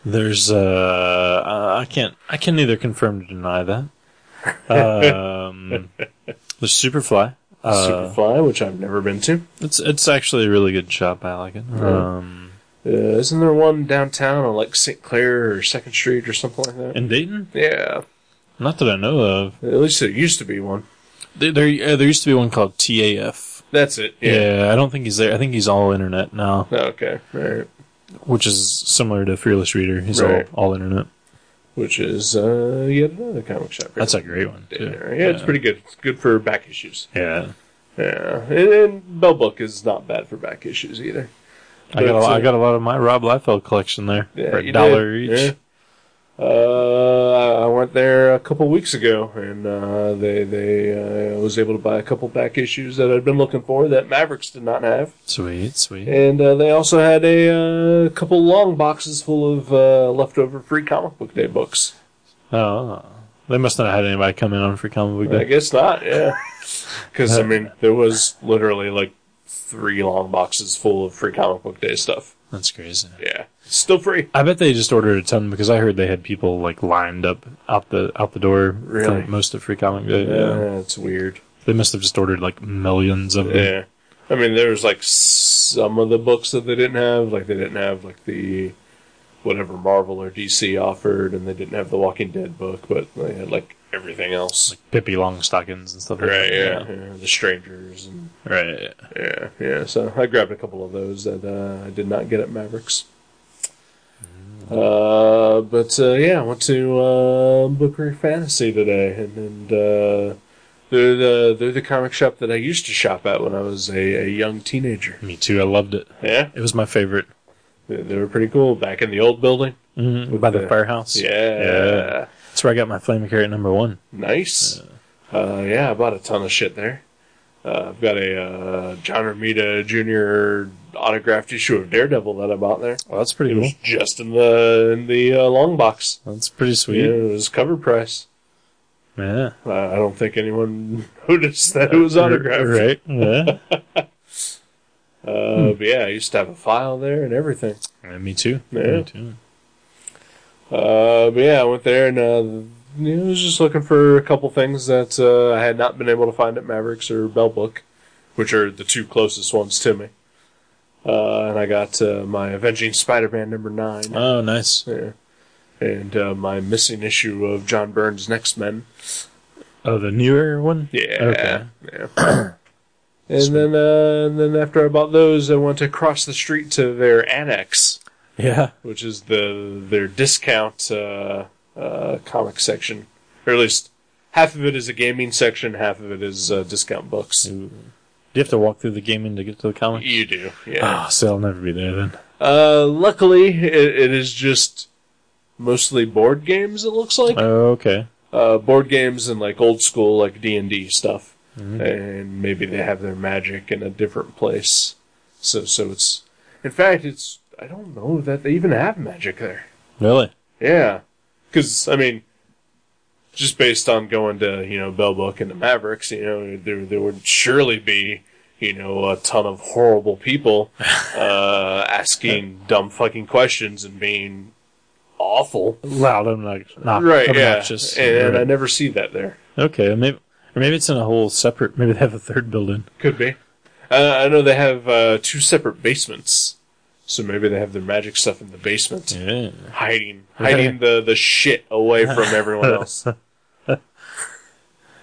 Speaker 2: There's, uh, uh, I can't, I can neither confirm nor deny that. *laughs* Um, there's Superfly. Uh,
Speaker 1: Superfly, which I've never been to.
Speaker 2: It's, it's actually a really good shop. I like it. Um,
Speaker 1: Uh, isn't there one downtown on like St. Clair or Second Street or something like that?
Speaker 2: in Dayton?
Speaker 1: yeah,
Speaker 2: Not that I know of.
Speaker 1: at least there used to be one.
Speaker 2: There, there, uh, there used to be one called TAF.
Speaker 1: That's it. Yeah.
Speaker 2: Yeah. I don't think he's there. I think he's all internet now,
Speaker 1: Okay. All right.
Speaker 2: which is similar to Fearless Reader. He's
Speaker 1: Right.
Speaker 2: all all internet.
Speaker 1: Which is uh, yet another comic shop.
Speaker 2: That's a great one.
Speaker 1: yeah.
Speaker 2: too.
Speaker 1: yeah, it's pretty good. It's good for back issues.
Speaker 2: Yeah,
Speaker 1: Yeah, and, and Bell Book is not bad for back issues either.
Speaker 2: I got a,
Speaker 1: But,
Speaker 2: lot-
Speaker 1: uh,
Speaker 2: I got a lot of my Rob Liefeld collection there
Speaker 1: Yeah,
Speaker 2: for
Speaker 1: you
Speaker 2: a dollar
Speaker 1: did.
Speaker 2: each.
Speaker 1: Yeah. Uh, I went there a couple weeks ago, and uh, they they uh, was able to buy a couple back issues that I'd been looking for that Mavericks did not have.
Speaker 2: Sweet, sweet.
Speaker 1: And uh, they also had a uh, couple long boxes full of uh, leftover free comic book day books.
Speaker 2: Oh, they must not have had anybody come in on free comic book
Speaker 1: I
Speaker 2: day.
Speaker 1: guess not,
Speaker 2: *laughs*
Speaker 1: yeah. Because, I mean, there was literally like three long boxes full of free comic book day stuff.
Speaker 2: That's crazy.
Speaker 1: Yeah. It's still free.
Speaker 2: I bet they just ordered a ton because I heard they had people like lined up out the out the door
Speaker 1: Really?
Speaker 2: for most of Free Comic Day. Yeah.
Speaker 1: it's weird.
Speaker 2: They must have just ordered like millions of them.
Speaker 1: Yeah. I mean, there was like some of the books that they didn't have. Like, they didn't have like the whatever Marvel or DC offered, and they didn't have the Walking Dead book, but they had like everything else.
Speaker 2: Like Pippi Longstockings and stuff like
Speaker 1: Right, yeah.
Speaker 2: that.
Speaker 1: yeah. The Strangers. And,
Speaker 2: Yeah. Right. yeah.
Speaker 1: yeah, yeah. So I grabbed a couple of those that uh, I did not get at Mavericks. Uh, but uh, yeah, I went to uh, Bookery Fantasy today, and, and uh, they're the they're the comic shop that I used to shop at when I was a, a young teenager.
Speaker 2: Me too. I loved it.
Speaker 1: Yeah,
Speaker 2: It was my favorite.
Speaker 1: they, they were pretty cool back in the old building.
Speaker 2: Mm-hmm. By the
Speaker 1: the-
Speaker 2: firehouse. Yeah.
Speaker 1: Yeah,
Speaker 2: That's where I got my flame carrot number one.
Speaker 1: nice. Uh, yeah, I bought a ton of shit there. Uh, I've got a uh, John Romita Jr. autographed issue of Daredevil that I bought there.
Speaker 2: Well, Oh, that's pretty
Speaker 1: It was just in the in the uh, long box.
Speaker 2: That's pretty
Speaker 1: Yeah,
Speaker 2: sweet.
Speaker 1: it was cover price.
Speaker 2: Yeah.
Speaker 1: Uh, I don't think anyone *laughs* noticed that it was autographed.
Speaker 2: Right.
Speaker 1: *laughs*
Speaker 2: Yeah.
Speaker 1: Uh, But yeah, I used to have a file there and everything.
Speaker 2: Yeah, me too.
Speaker 1: Yeah.
Speaker 2: Me too.
Speaker 1: Uh, but yeah, I went there and uh, you know, I was just looking for a couple things that uh, I had not been able to find at Mavericks or Bell Book, which are the two closest ones to me. Uh, and I got uh, my Avenging Spider-Man number nine.
Speaker 2: Oh, nice.
Speaker 1: Yeah. And uh, my missing issue of John Byrne's Next Men.
Speaker 2: Oh, the newer one.
Speaker 1: Yeah.
Speaker 2: Okay.
Speaker 1: Yeah. and then, uh, and then after I bought those, I went across the street to their annex,
Speaker 2: Yeah.
Speaker 1: which is the their discount uh, uh, comic section, or at least half of it is a gaming section, half of it is uh, discount books.
Speaker 2: Do you have to walk through the gaming to get to the comic?
Speaker 1: You do, yeah.
Speaker 2: Oh, so I'll never be there then.
Speaker 1: Ah. Uh, luckily, it, it is just mostly board games. It looks like.
Speaker 2: Oh, okay.
Speaker 1: uh, board games and like old school like D and D stuff, and maybe they have their magic in a different place. So so it's in fact it's I don't know that they even have magic there.
Speaker 2: Really?
Speaker 1: Yeah, because I mean, just based on going to you know Bell Book and the Mavericks, you know there there would surely be you know a ton of horrible *laughs* people uh, asking dumb fucking questions and being awful.
Speaker 2: Loud, obnoxious. Not
Speaker 1: Right,
Speaker 2: obnoxious.
Speaker 1: yeah, and, and I
Speaker 2: Right.
Speaker 1: never see that there.
Speaker 2: okay, maybe, or maybe it's in a whole separate. Maybe they have a third building.
Speaker 1: Could be. Uh, I know they have uh, two separate basements, so maybe they have their magic stuff in the basement,
Speaker 2: Yeah. *laughs*
Speaker 1: hiding hiding the, the shit away from everyone else.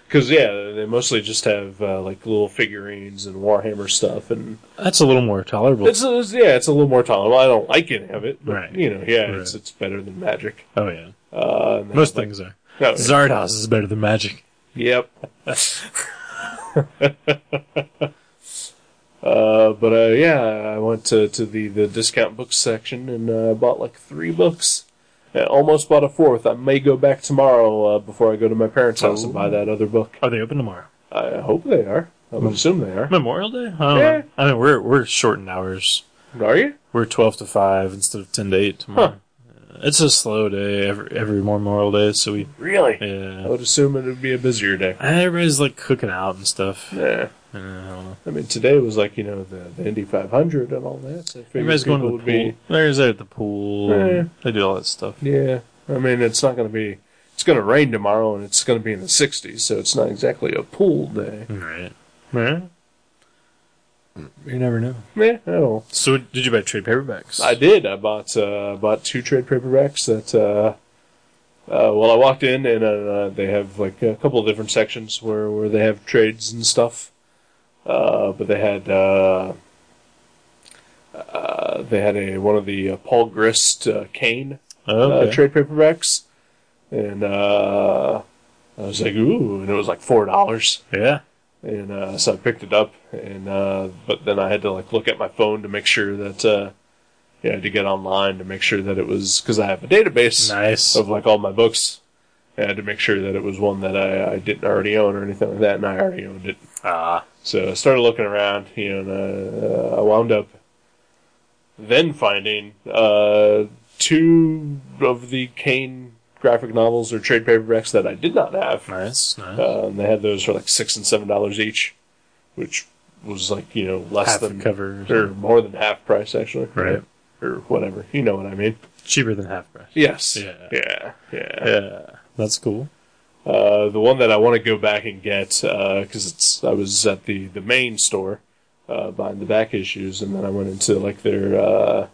Speaker 1: Because yeah, they mostly just have uh, like little figurines and Warhammer stuff, and
Speaker 2: That's a little more tolerable.
Speaker 1: it's, it's yeah, it's a little more tolerable. I don't like any of it, but
Speaker 2: Right.
Speaker 1: you know, yeah,
Speaker 2: Right.
Speaker 1: it's it's better than magic.
Speaker 2: oh yeah.
Speaker 1: Uh, and they
Speaker 2: Most
Speaker 1: have, like-
Speaker 2: things are.
Speaker 1: no,
Speaker 2: Zardoz is better than magic.
Speaker 1: Yep. *laughs* uh, but uh, yeah, I went to, to the, the discount books section and uh, bought like three books. I almost bought a fourth. I may go back tomorrow uh, before I go to my parents' house and buy that other book.
Speaker 2: Are they open tomorrow?
Speaker 1: I hope they are. I
Speaker 2: Hmm.
Speaker 1: would assume they are.
Speaker 2: Memorial Day? I don't
Speaker 1: Yeah.
Speaker 2: know. I mean, we're we're shortened hours.
Speaker 1: Are you?
Speaker 2: We're twelve to five instead of ten to eight tomorrow. It's a slow day every every Memorial Day, so we
Speaker 1: Really? I
Speaker 2: yeah.
Speaker 1: would assume it would be a busier day.
Speaker 2: Everybody's like cooking out and stuff.
Speaker 1: Yeah.
Speaker 2: Yeah, I don't know.
Speaker 1: I mean, today was like, you know, the, the Indy 500 and all that. So I figured
Speaker 2: Everybody's going to
Speaker 1: people
Speaker 2: the
Speaker 1: would
Speaker 2: pool.
Speaker 1: be-
Speaker 2: Everybody's out at the pool. and They do all that stuff.
Speaker 1: Yeah, I mean it's not going to be. It's going to rain tomorrow, and it's going to be in the 60s, so it's not exactly a pool day.
Speaker 2: Right. Right. You never know.
Speaker 1: Yeah, oh,
Speaker 2: So, did you buy trade paperbacks?
Speaker 1: I did. I bought uh, bought two trade paperbacks that. Uh, uh, well, I walked in and uh, uh, they have like a couple of different sections where where they have trades and stuff. Uh, but they had uh, uh, they had a one of the uh, Paul Grist uh, Kane
Speaker 2: Oh, Okay.
Speaker 1: uh, trade paperbacks, and uh, I was like, ooh, and it was like four dollars,
Speaker 2: yeah.
Speaker 1: and uh, so I picked it up, and uh, but then I had to like look at my phone to make sure that uh, yeah, to get online to make sure that it was because I have a database
Speaker 2: Nice.
Speaker 1: of like all my books. and I had to make sure that it was one that I, I didn't already own or anything like that, and I already owned it.
Speaker 2: Ah.
Speaker 1: So I started looking around, you know, and uh, uh, I wound up then finding uh, two of the Kane graphic novels or trade paperbacks that I did not have.
Speaker 2: Nice. Nice.
Speaker 1: Uh, and they had those for like six and seven dollars each, which was like you know less
Speaker 2: Half the
Speaker 1: than
Speaker 2: cover or
Speaker 1: or
Speaker 2: something.
Speaker 1: more than half price actually.
Speaker 2: Right.
Speaker 1: or whatever. You know what I mean?
Speaker 2: Cheaper than half price.
Speaker 1: Yes.
Speaker 2: Yeah.
Speaker 1: Yeah. Yeah.
Speaker 2: Yeah, that's cool.
Speaker 1: Uh, the one that I want to go back and get because it's I was at the the main store uh, buying the back issues, and then I went into like their uh,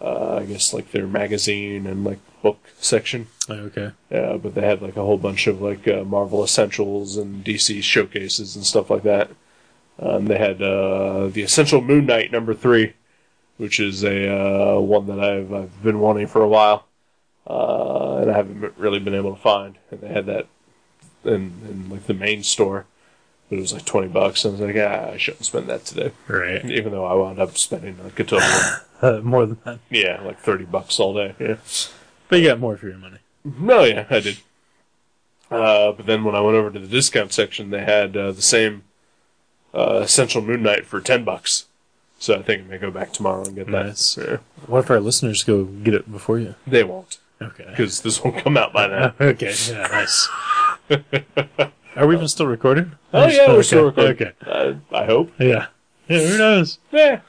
Speaker 1: uh, I guess like their magazine and like book section.
Speaker 2: Okay.
Speaker 1: Yeah, Uh, but they had like a whole bunch of like uh, Marvel Essentials and DC showcases and stuff like that. Um, they had uh, the Essential Moon Knight number three, which is a uh, one that I've I've been wanting for a while, uh, and I haven't been- really been able to find. And they had that in, in like the main store, but it was like twenty bucks. And I was like, ah, I shouldn't spend that today,
Speaker 2: Right.
Speaker 1: even though I wound up spending like a total, of,
Speaker 2: Uh, more than that.
Speaker 1: yeah, like thirty bucks all day. Yeah.
Speaker 2: But you got more for your money.
Speaker 1: No, yeah, I did. Uh, but then when I went over to the discount section, they had uh, the same uh, Essential Moon Knight for ten bucks. So I think I may go back tomorrow and get that.
Speaker 2: Nice.
Speaker 1: Yeah.
Speaker 2: What if our listeners go get it before you?
Speaker 1: They won't,
Speaker 2: Okay.
Speaker 1: because this won't come out by now.
Speaker 2: *laughs* Okay. Yeah,
Speaker 1: *laughs*
Speaker 2: nice. Are we even still recording?
Speaker 1: oh yeah, we're still
Speaker 2: Okay,
Speaker 1: recording.
Speaker 2: Okay.
Speaker 1: Uh, I hope.
Speaker 2: Yeah. Yeah, who knows?
Speaker 1: Yeah.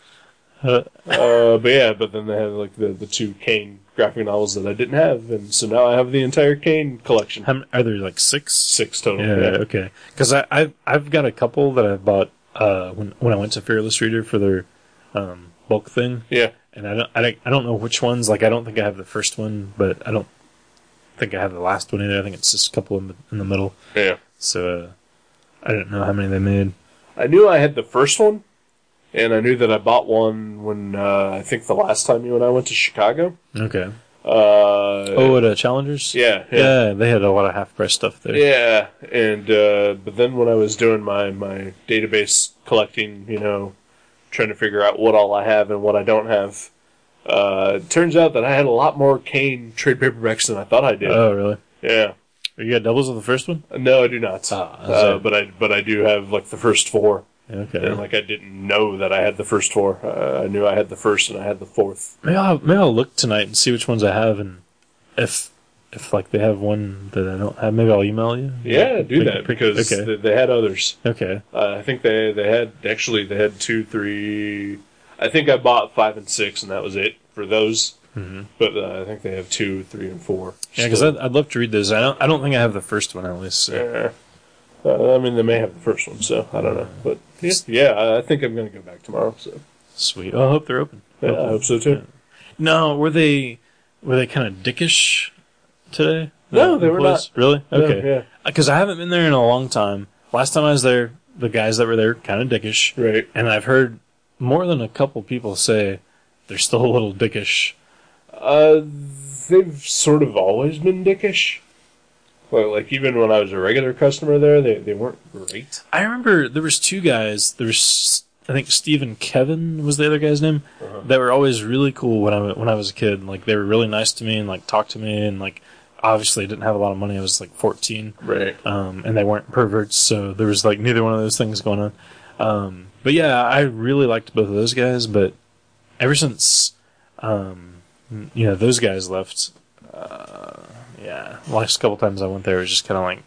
Speaker 2: Uh,
Speaker 1: *laughs* Uh, but yeah, but then they had like the the two Kane graphic novels that I didn't have, and so now I have the entire Kane collection.
Speaker 2: how, m- are there like six?
Speaker 1: Six total.
Speaker 2: Yeah,
Speaker 1: yeah.
Speaker 2: okay. Because I I've, I've got a couple that I bought uh, when when I went to Fearless Reader for their um, bulk thing,
Speaker 1: Yeah.
Speaker 2: and I don't, I don't I don't know which ones. Like I don't think I have the first one, but I don't think I have the last one either. I think it's just a couple in the, in the middle.
Speaker 1: Yeah.
Speaker 2: So uh, I don't know how many they made.
Speaker 1: I knew I had the first one, and I knew that I bought one when uh, I think the last time you and I went to Chicago.
Speaker 2: Okay.
Speaker 1: Uh,
Speaker 2: Oh, at uh, Challengers.
Speaker 1: yeah, yeah,
Speaker 2: Yeah, they had a lot of half price stuff there.
Speaker 1: yeah. And uh, but then when I was doing my my database collecting, you know, trying to figure out what all I have and what I don't have, uh, it turns out that I had a lot more Kane trade paperbacks than I thought I did.
Speaker 2: Oh, really?
Speaker 1: yeah.
Speaker 2: You got doubles of the first one?
Speaker 1: No, I do not.
Speaker 2: Ah,
Speaker 1: uh,
Speaker 2: so-
Speaker 1: but I but I do have like the first four.
Speaker 2: Okay.
Speaker 1: And like I didn't know that I had the first four. Uh, I knew I had the first and I had the fourth.
Speaker 2: Maybe I'll, maybe I'll look tonight and see which ones I have, and if if like they have one that I don't have, maybe I'll email you.
Speaker 1: Yeah, do
Speaker 2: Pick-
Speaker 1: that
Speaker 2: pick-
Speaker 1: because
Speaker 2: okay,
Speaker 1: they, they had others.
Speaker 2: okay,
Speaker 1: Uh, I think they they had actually they had two, three. I think I bought five and six, and that was it for those.
Speaker 2: Mhm.
Speaker 1: But uh, I think they have two, three, and four.
Speaker 2: yeah, because I'd, I'd love to read those. I don't, I don't think I have the first one at least. so-
Speaker 1: Yeah. Uh, I mean, they may have the first one, so I don't know. But yeah, yeah I- I think I'm going to go back tomorrow. So
Speaker 2: Sweet. Oh, I hope they're open.
Speaker 1: yeah, I hope so too.
Speaker 2: No, were they were they kind of dickish today?
Speaker 1: No,
Speaker 2: The
Speaker 1: they were
Speaker 2: employees? Really?
Speaker 1: No,
Speaker 2: Okay. Because I haven't been there in a long time. Last time I was there, the guys that were there kind of dickish.
Speaker 1: yeah, right.
Speaker 2: And I've heard more than a couple people say they're still a little dickish.
Speaker 1: Uh, they've sort of always been dickish. Well, like even when I was a regular customer there, they they weren't great.
Speaker 2: I remember there was two guys. There was I think Steve and Kevin was the other guy's name
Speaker 1: Uh-huh.
Speaker 2: that were always really cool when I when I was a kid. Like they were really nice to me and like talked to me and like obviously I didn't have a lot of money. I was like fourteen,
Speaker 1: Right.
Speaker 2: um, and they weren't perverts, so there was like neither one of those things going on. Um, but yeah, I really liked both of those guys. But ever since um, you know those guys left, uh, yeah, last couple times I went there it was just kind of like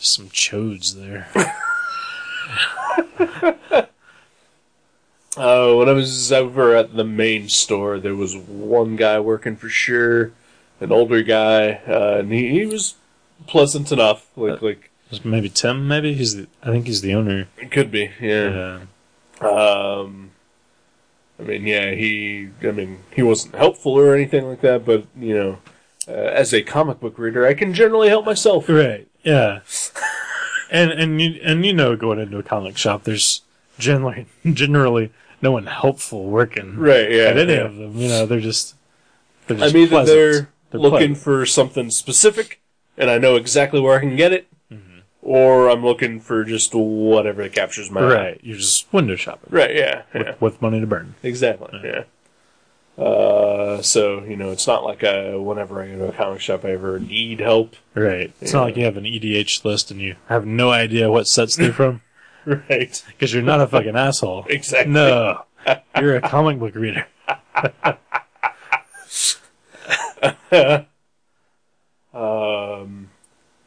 Speaker 2: some chodes there.
Speaker 1: Uh, when I was over at the main store, there was one guy working for sure, an older guy, uh, and he, he was pleasant enough. Like, like
Speaker 2: Maybe Tim. Maybe he's. The, I think he's the owner. Uh,
Speaker 1: it could be, yeah.
Speaker 2: Yeah.
Speaker 1: Um, I mean, yeah, he, I mean, he wasn't helpful or anything like that, but you know, uh, as a comic book reader, I can generally help myself.
Speaker 2: Right. Yeah. and and you and you know, going into a comic shop, there's generally generally no one helpful working
Speaker 1: Right, yeah.
Speaker 2: at any
Speaker 1: yeah.
Speaker 2: of them. You know, they're just. They're
Speaker 1: I'm
Speaker 2: just
Speaker 1: either
Speaker 2: pleasant.
Speaker 1: they're,
Speaker 2: They're
Speaker 1: looking
Speaker 2: pleasant.
Speaker 1: for something specific, and I know exactly where I can get it,
Speaker 2: Mm-hmm.
Speaker 1: or I'm looking for just whatever captures my eye.
Speaker 2: right. You're just window shopping
Speaker 1: Right. Yeah. yeah.
Speaker 2: with, with money to burn.
Speaker 1: Exactly. Yeah. Uh, so you know, it's not like I, whenever I go to a comic shop, I ever need help. *laughs*
Speaker 2: Right. It's
Speaker 1: Yeah.
Speaker 2: not like you have an EDH list and you have no idea what sets they're
Speaker 1: *laughs*
Speaker 2: from
Speaker 1: Right.
Speaker 2: because you're not a fucking asshole.
Speaker 1: Exactly.
Speaker 2: No. You're a comic
Speaker 1: *laughs*
Speaker 2: book reader.
Speaker 1: Um,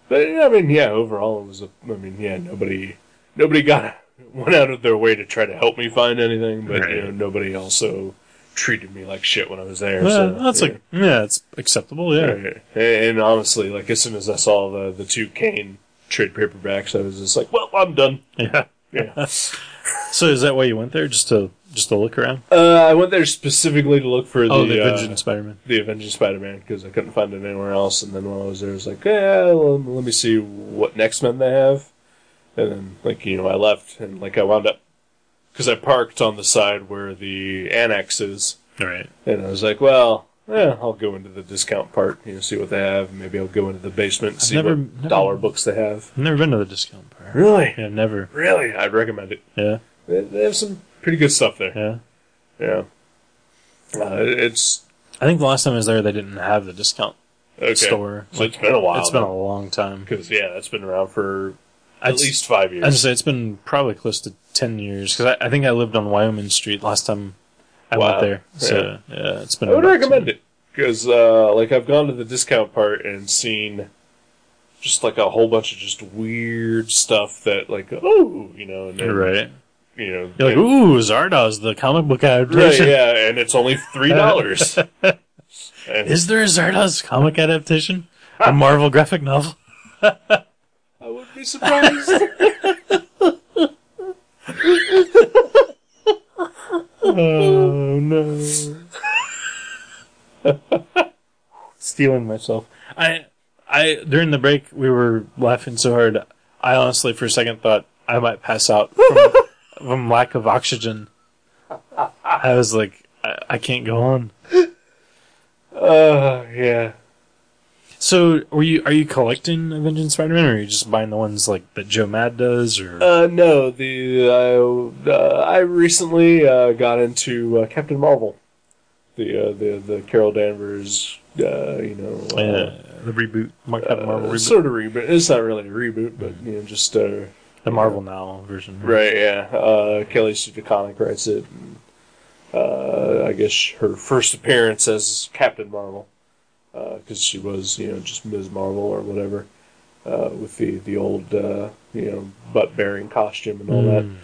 Speaker 1: but I mean, yeah. Overall, it was. A, I mean, yeah. Nobody, *laughs* nobody got went out of their way to try to help me find anything, but you
Speaker 2: Right.
Speaker 1: know, nobody also treated me like shit when I was there.
Speaker 2: Yeah,
Speaker 1: so,
Speaker 2: that's
Speaker 1: yeah.
Speaker 2: like yeah, it's acceptable. Yeah,
Speaker 1: Right. And honestly, like as soon as I saw the the two Kane trade paperbacks, I was just like, "Well, I'm done."
Speaker 2: *laughs* yeah.
Speaker 1: Yeah.
Speaker 2: So is that why you went there just to just to look around?
Speaker 1: Uh, I went there specifically to look for the
Speaker 2: oh, the
Speaker 1: uh,
Speaker 2: Vengeance Spider-Man.
Speaker 1: the Avenging Spider-Man because I couldn't find it anywhere else. And then while I was there, I was like, "Yeah, well, let me see what next men they have." And then, like you know, I left and like I wound up because I parked on the side where the annex is.
Speaker 2: All right.
Speaker 1: And I was like, well, yeah, I'll go into the discount part, you know, see what they have. Maybe I'll go into the basement, see
Speaker 2: never-
Speaker 1: what
Speaker 2: never-
Speaker 1: dollar books they have.
Speaker 2: I've never been to the discount bar.
Speaker 1: Really?
Speaker 2: Yeah, never.
Speaker 1: Really? I'd recommend it.
Speaker 2: Yeah,
Speaker 1: They, they have some pretty good stuff there.
Speaker 2: yeah.
Speaker 1: Yeah. Uh, it's
Speaker 2: I think the last time I was there, they didn't have the discount
Speaker 1: okay.
Speaker 2: store.
Speaker 1: So it's been a while.
Speaker 2: it's been a long time.
Speaker 1: because yeah, that's been around for at
Speaker 2: I'd s-
Speaker 1: least five years.
Speaker 2: I'd say it's been probably close to ten years because I, I think I lived on Wyoming Street last time I
Speaker 1: Wow.
Speaker 2: went there. So yeah, it's been.
Speaker 1: I would recommend it because, uh, like, I've gone to the discount part and seen just like a whole bunch of just weird stuff that, like, oh, you know, and then,
Speaker 2: Right.
Speaker 1: you know,
Speaker 2: You're like,
Speaker 1: and-
Speaker 2: ooh, Zardoz, the comic book
Speaker 1: Right,
Speaker 2: adaptation.
Speaker 1: yeah, and it's only three dollars. and
Speaker 2: Is there a Zardoz comic adaptation? A Marvel
Speaker 1: *laughs*
Speaker 2: graphic novel?
Speaker 1: I wouldn't be surprised.
Speaker 2: Oh no! Stealing myself. I, I during the break we were laughing so hard. I honestly, for a second, thought I might pass
Speaker 1: *laughs*
Speaker 2: out from, from lack of oxygen. I was like, I, I can't go on.
Speaker 1: uh, yeah.
Speaker 2: So, were you are you collecting Avenging Spider-Man, or are you just buying the ones like that Joe Mad does, or
Speaker 1: Uh, no, the uh, uh, I recently uh, got into uh, Captain Marvel, the uh, the the Carol Danvers, uh, you know,
Speaker 2: uh,
Speaker 1: uh,
Speaker 2: the reboot, Mar-
Speaker 1: uh,
Speaker 2: Marvel reboot,
Speaker 1: sort of reboot. It's not really a reboot, but you know, just uh,
Speaker 2: the Marvel Now version?
Speaker 1: Right, yeah. Uh, Kelly Sue DeConnick writes it. And, uh, I guess her first appearance as Captain Marvel, because she was, you know, just Ms. Marvel or whatever, uh, with the the old, uh, you know, butt bearing costume and all that.
Speaker 2: Mm.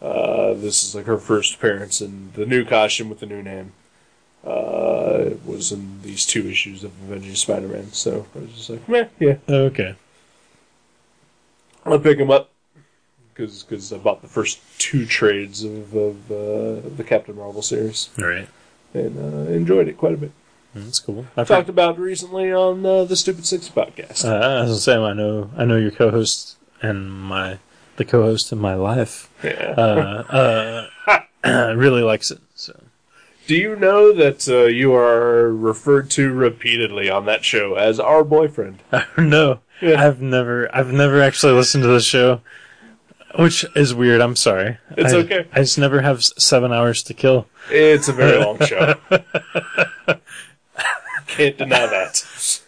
Speaker 1: Uh, this is like her first appearance in the new costume with the new name. Uh, it was in these two issues of Avenging Spider-Man, so I was just like, meh, yeah,
Speaker 2: Oh, Okay.
Speaker 1: I'll pick him up because I bought the first two trades of, of uh, the Captain Marvel series
Speaker 2: All right. Mm,
Speaker 1: and uh, enjoyed it quite a bit.
Speaker 2: That's cool. I've heard-
Speaker 1: Talked about it recently on uh, the Stupid Six podcast.
Speaker 2: Uh, I was gonna say, I know, I know your co-host and my the co-host in my life
Speaker 1: yeah.
Speaker 2: uh, uh, *coughs* really likes it. So *laughs*
Speaker 1: Do you know that uh, you are referred to repeatedly on that show as our boyfriend?
Speaker 2: no,
Speaker 1: Yeah.
Speaker 2: I've never, I've never actually listened to the show, which is weird. I'm sorry.
Speaker 1: It's
Speaker 2: I-
Speaker 1: okay.
Speaker 2: I just never have s- seven hours to kill.
Speaker 1: It's a very long show.
Speaker 2: *laughs*
Speaker 1: Can't deny that.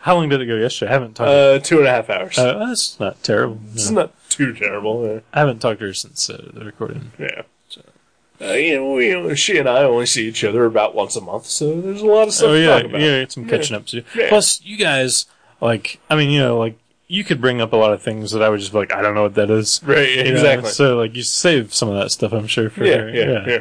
Speaker 2: How long did it go yesterday? I haven't talked.
Speaker 1: Uh, two and a half hours.
Speaker 2: uh, that's not terrible.
Speaker 1: it's
Speaker 2: No.
Speaker 1: not too terrible. uh,
Speaker 2: I haven't talked to her since uh, the recording.
Speaker 1: Yeah. Uh, you, know, we, you know, she and I only see each other about once a month, so there's a lot of stuff
Speaker 2: oh
Speaker 1: to
Speaker 2: yeah,
Speaker 1: talk about.
Speaker 2: yeah, some catching up to do.
Speaker 1: Yeah.
Speaker 2: Plus, you guys like, I mean, you know, like you could bring up a lot of things that I would just be like, I don't know what that is.
Speaker 1: Right,
Speaker 2: You know,
Speaker 1: exactly.
Speaker 2: So like, you save some of that stuff, I'm sure. For
Speaker 1: yeah, yeah, yeah.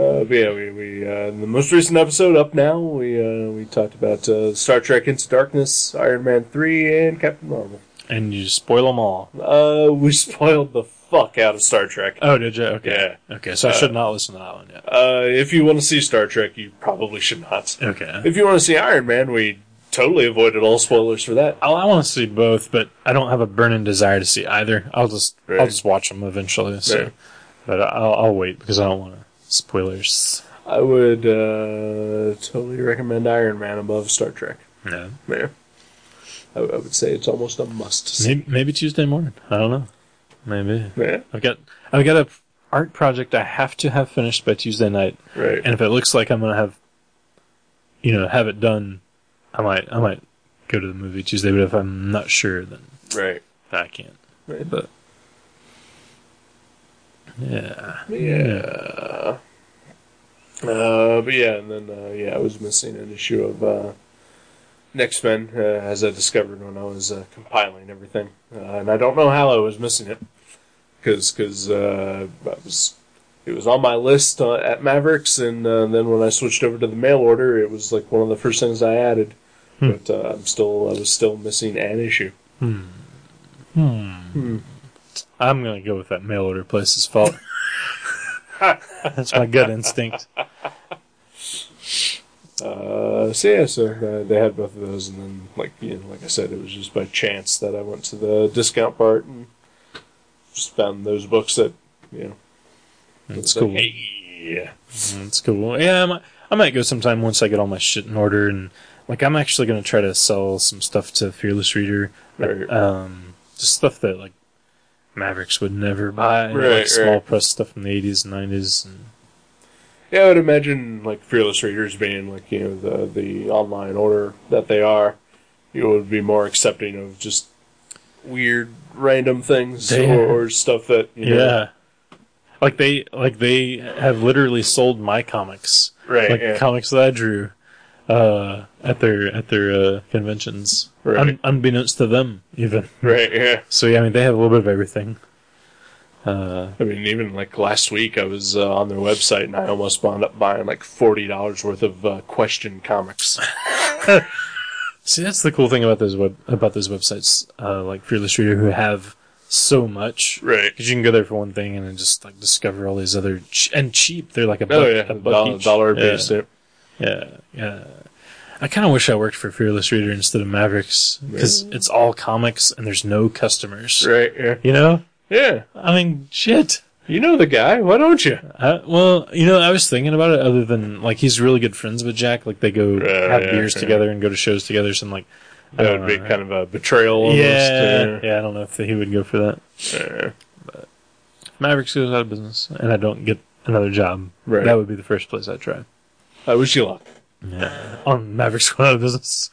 Speaker 1: Uh, but yeah, we, we uh, in the most recent episode up now, we uh, we talked about uh, Star Trek Into Darkness, Iron Man 3, and Captain Marvel.
Speaker 2: And you spoil them all.
Speaker 1: Uh, we *laughs* spoiled the fuck out of Star Trek.
Speaker 2: Oh, did you? Okay.
Speaker 1: Yeah.
Speaker 2: Okay, so I
Speaker 1: Uh,
Speaker 2: should not listen to that one yet.
Speaker 1: Uh, if you want to see Star Trek, you probably should not.
Speaker 2: Okay.
Speaker 1: If you want to see Iron Man, we totally avoided all spoilers for that.
Speaker 2: Oh, I, I want to see both, but I don't have a burning desire to see either. I'll just I'll
Speaker 1: Right.
Speaker 2: just watch them eventually. So,
Speaker 1: Right.
Speaker 2: but I'll, I'll wait because I don't want to spoilers.
Speaker 1: I would uh, totally recommend Iron Man above Star Trek.
Speaker 2: Yeah.
Speaker 1: Yeah. I, I would say it's almost a must. see.
Speaker 2: Maybe, maybe Tuesday morning. I don't know. Maybe.
Speaker 1: Yeah,
Speaker 2: I've got I've got a art project I have to have finished by Tuesday night,
Speaker 1: right.
Speaker 2: and if it looks like I'm gonna have, you know, have it done, I might I might go to the movie Tuesday. But if I'm not sure, then
Speaker 1: right.
Speaker 2: I can't.
Speaker 1: Right.
Speaker 2: But yeah,
Speaker 1: Yeah. Uh, but yeah, and then uh, yeah, I was missing an issue of uh, Next Men, uh, as I discovered when I was uh, compiling everything, uh, and I don't know how I was missing it, because because uh, I was. it was on my list uh, at Mavericks, and uh, then when I switched over to the mail order, it was like one of the first things I added. But uh, I'm still, I was still missing an issue.
Speaker 2: Hmm. I'm gonna go with that mail order place's fault. *laughs* That's my gut instinct.
Speaker 1: Uh, so yeah, so uh, they had both of those, and then like you know, like I said, it was just by chance that I went to the discount part and just found those books that you know. it's
Speaker 2: That's
Speaker 1: like,
Speaker 2: cool.
Speaker 1: "Hey."
Speaker 2: That's cool. Yeah, I might, I might go sometime once I get all my shit in order, and like I'm actually gonna try to sell some stuff to Fearless Reader.
Speaker 1: Right.
Speaker 2: Um, just stuff that like Mavericks would never buy,
Speaker 1: Right,
Speaker 2: like small
Speaker 1: right.
Speaker 2: press stuff from the '80s and '90s. And,
Speaker 1: Yeah, I would imagine like fearless readers being like you know the the online order that they are, you would be more accepting of just weird random things
Speaker 2: They-
Speaker 1: or, or stuff that you know,
Speaker 2: yeah, like they like they have literally sold my comics,
Speaker 1: right
Speaker 2: like
Speaker 1: yeah.
Speaker 2: comics that I drew uh, at their at their uh, conventions,
Speaker 1: Right.
Speaker 2: Un- unbeknownst to them even.
Speaker 1: right yeah.
Speaker 2: So yeah, I mean they have a little bit of everything. Uh,
Speaker 1: I mean, even like last week, I was uh, on their website and I almost wound up buying like forty dollars worth of uh, question
Speaker 2: *laughs*
Speaker 1: comics.
Speaker 2: see, that's the cool thing about those web about those websites, uh, like Fearless Reader, who have so much.
Speaker 1: right.
Speaker 2: Because you can go there for one thing and then just like discover all these other ch- and cheap. They're like a buck,
Speaker 1: Oh yeah,
Speaker 2: a buck
Speaker 1: dollar,
Speaker 2: each.
Speaker 1: dollar
Speaker 2: yeah.
Speaker 1: based. Yeah.
Speaker 2: Yeah, yeah. I kind of wish I worked for Fearless Reader instead of Mavericks because it's all comics and there's no customers.
Speaker 1: Right. Yeah.
Speaker 2: You know,
Speaker 1: Yeah.
Speaker 2: I mean, shit.
Speaker 1: You know the guy. Why don't you?
Speaker 2: I, well, you know, I was thinking about it. Other than like, he's really good friends with Jack. Like, they go
Speaker 1: Right,
Speaker 2: have
Speaker 1: yeah,
Speaker 2: beers
Speaker 1: yeah.
Speaker 2: together and go to shows together. So I'm like, I
Speaker 1: That
Speaker 2: don't
Speaker 1: would be
Speaker 2: know.
Speaker 1: kind of a betrayal. Almost.
Speaker 2: yeah, yeah. I don't know if he would go for that.
Speaker 1: yeah.
Speaker 2: Mavericks goes out of business, and I don't get another job.
Speaker 1: Right.
Speaker 2: That would be the first place I'd try.
Speaker 1: I wish you luck.
Speaker 2: Yeah. On Mavericks *laughs* going out of business,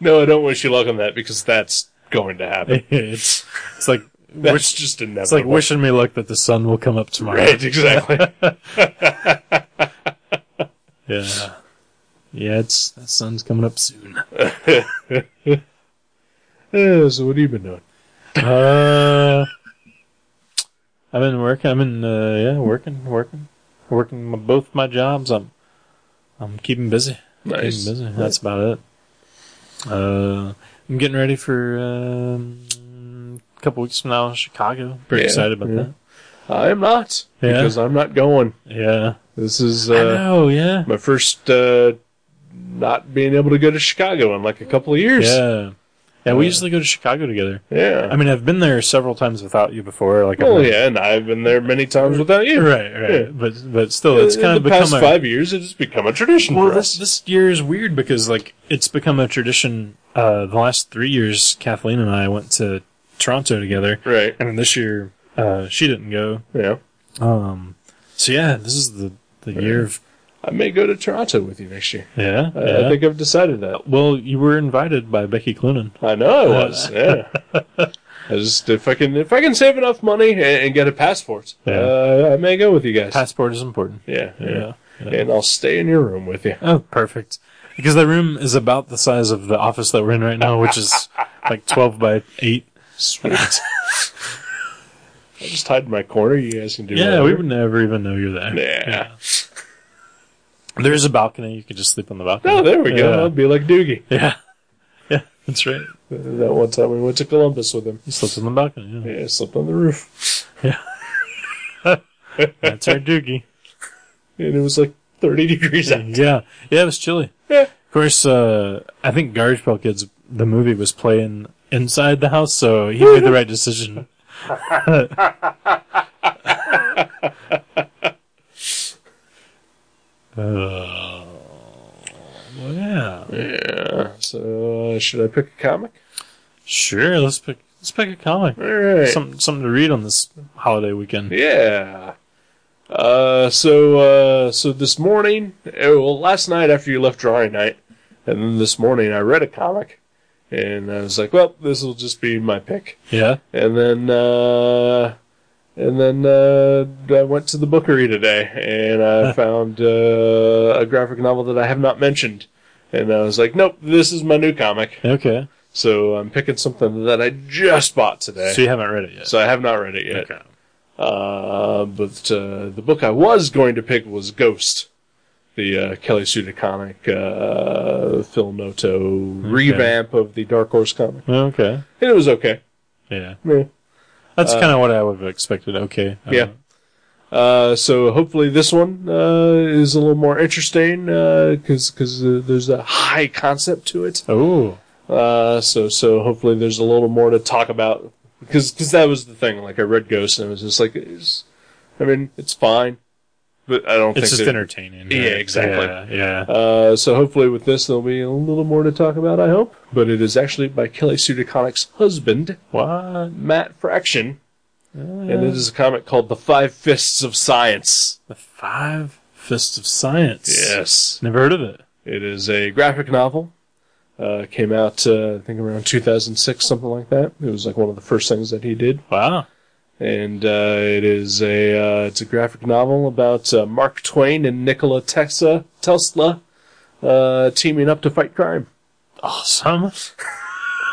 Speaker 1: No, I don't wish you luck on that because that's going to happen.
Speaker 2: it's it's like
Speaker 1: That's
Speaker 2: wish,
Speaker 1: just
Speaker 2: it's like
Speaker 1: inevitable.
Speaker 2: wishing me luck that the sun will come up tomorrow.
Speaker 1: *laughs* Right,
Speaker 2: *laughs*
Speaker 1: exactly.
Speaker 2: Yeah. Yeah, it's the sun's coming
Speaker 1: *laughs*
Speaker 2: up soon.
Speaker 1: Yeah, so what have you been doing?
Speaker 2: Uh, I've been working. I've been uh, yeah, working, working, working my, both my jobs. I'm I'm keeping busy.
Speaker 1: Nice.
Speaker 2: Keeping busy. That's about it. Uh, I'm getting ready for um, a couple weeks from now, Chicago. Pretty
Speaker 1: Yeah,
Speaker 2: excited about
Speaker 1: yeah. I'm not
Speaker 2: Yeah.
Speaker 1: because I'm not going.
Speaker 2: that. Yeah.
Speaker 1: This is
Speaker 2: I
Speaker 1: uh,
Speaker 2: know. Yeah.
Speaker 1: my first uh, not being able to go to Chicago in like a couple of years.
Speaker 2: Yeah. Yeah. We
Speaker 1: Yeah.
Speaker 2: usually go to Chicago together.
Speaker 1: Yeah.
Speaker 2: I mean, I've been there several times without you before. Like, I've
Speaker 1: well,
Speaker 2: been-
Speaker 1: yeah, and I've been there many times without you.
Speaker 2: Right, right.
Speaker 1: Oh, Yeah.
Speaker 2: But but still, it's
Speaker 1: In
Speaker 2: kind of
Speaker 1: the
Speaker 2: become
Speaker 1: past
Speaker 2: a,
Speaker 1: five years. It's become a tradition
Speaker 2: Well,
Speaker 1: for
Speaker 2: this
Speaker 1: us.
Speaker 2: this year is weird because like it's become a tradition. Uh, the last three years, Kathleen and I went to Toronto together,
Speaker 1: Right.
Speaker 2: and then this year uh, she didn't go.
Speaker 1: Yeah.
Speaker 2: Um, so yeah, this is the the year of
Speaker 1: I may go to Toronto with you next year.
Speaker 2: yeah.
Speaker 1: I-
Speaker 2: yeah.
Speaker 1: I think I've decided that.
Speaker 2: well, you were invited by Becky Cloonan.
Speaker 1: I know I
Speaker 2: *laughs*
Speaker 1: was. Yeah. I just if I can if I can save enough money and, and get a passport,
Speaker 2: Yeah.
Speaker 1: uh, I may go with you guys.
Speaker 2: Passport is important.
Speaker 1: yeah, yeah.
Speaker 2: Yeah.
Speaker 1: And I'll stay in your room with you.
Speaker 2: Oh, perfect. Because that room is about the size of the office that we're in right now, which is like twelve by eight.
Speaker 1: Sweet. *laughs* I'll just hide in my corner. You guys can do.
Speaker 2: Yeah, we
Speaker 1: whatever.
Speaker 2: would never even know you're there.
Speaker 1: Yeah.
Speaker 2: There's a balcony. You could just sleep on the balcony.
Speaker 1: Oh, there we go.
Speaker 2: Yeah.
Speaker 1: I'll be like Doogie.
Speaker 2: Yeah. *laughs* Yeah, that's right.
Speaker 1: That one time we went to Columbus with him.
Speaker 2: You slept on the balcony. Yeah.
Speaker 1: Yeah, I slept on the roof,
Speaker 2: That's our doogie.
Speaker 1: and it was like thirty degrees out.
Speaker 2: Yeah. Yeah, it was chilly.
Speaker 1: Yeah.
Speaker 2: Of course, uh, I think Garbage Pail Kids, the movie, was playing inside the house, so he made the right
Speaker 1: *laughs*
Speaker 2: decision. Oh, well, *laughs* yeah.
Speaker 1: Yeah. So uh, should I pick a comic?
Speaker 2: Sure, let's pick, let's pick a comic.
Speaker 1: All right.
Speaker 2: Some, something to read on this holiday weekend.
Speaker 1: Yeah. Uh, so uh, so this morning, eh, well, last night after you left drawing night, and then this morning I read a comic, and I was like, well, this will just be my pick.
Speaker 2: Yeah?
Speaker 1: And then uh, and then uh, I went to the bookery today, and I found uh, a graphic novel that I have not mentioned. And I was like, nope, this is my new comic.
Speaker 2: Okay.
Speaker 1: So I'm picking something that I just bought today.
Speaker 2: So you haven't read it yet?
Speaker 1: So I have not read it yet.
Speaker 2: okay.
Speaker 1: Uh, but uh, the book I was going to pick was Ghost, the uh, Kelly Sue comic, uh, Phil Noto revamp of the Dark Horse comic.
Speaker 2: Okay.
Speaker 1: And it was okay.
Speaker 2: Yeah.
Speaker 1: Yeah.
Speaker 2: That's kind of what I would have expected. Okay. Uh,
Speaker 1: Uh, Yeah. Uh, so hopefully this one uh, is a little more interesting because because uh, there's a high concept to it.
Speaker 2: Oh.
Speaker 1: Uh, so so hopefully there's a little more to talk about because because that was the thing. Like I read Ghost and it was just like, it's, I mean, it's fine, but I don't
Speaker 2: It's
Speaker 1: think
Speaker 2: just
Speaker 1: that-
Speaker 2: entertaining.
Speaker 1: Yeah,
Speaker 2: right?
Speaker 1: exactly.
Speaker 2: Yeah. yeah.
Speaker 1: Uh, so hopefully with this there'll be a little more to talk about. I hope, but it is actually by Kelly Sue DeConnick's husband
Speaker 2: What?
Speaker 1: Matt Fraction, and it is a comic called "The Five Fists of Science."
Speaker 2: The Five Fists of Science.
Speaker 1: Yes,
Speaker 2: Never heard of it.
Speaker 1: it is a graphic novel. Uh, came out uh, I think around 2006, something like that. It was like one of the first things that he did.
Speaker 2: Wow.
Speaker 1: and uh, it is a uh, it's a graphic novel about uh, Mark Twain and Nikola Tesla Tesla uh, teaming up to fight crime. *laughs*
Speaker 2: Awesome.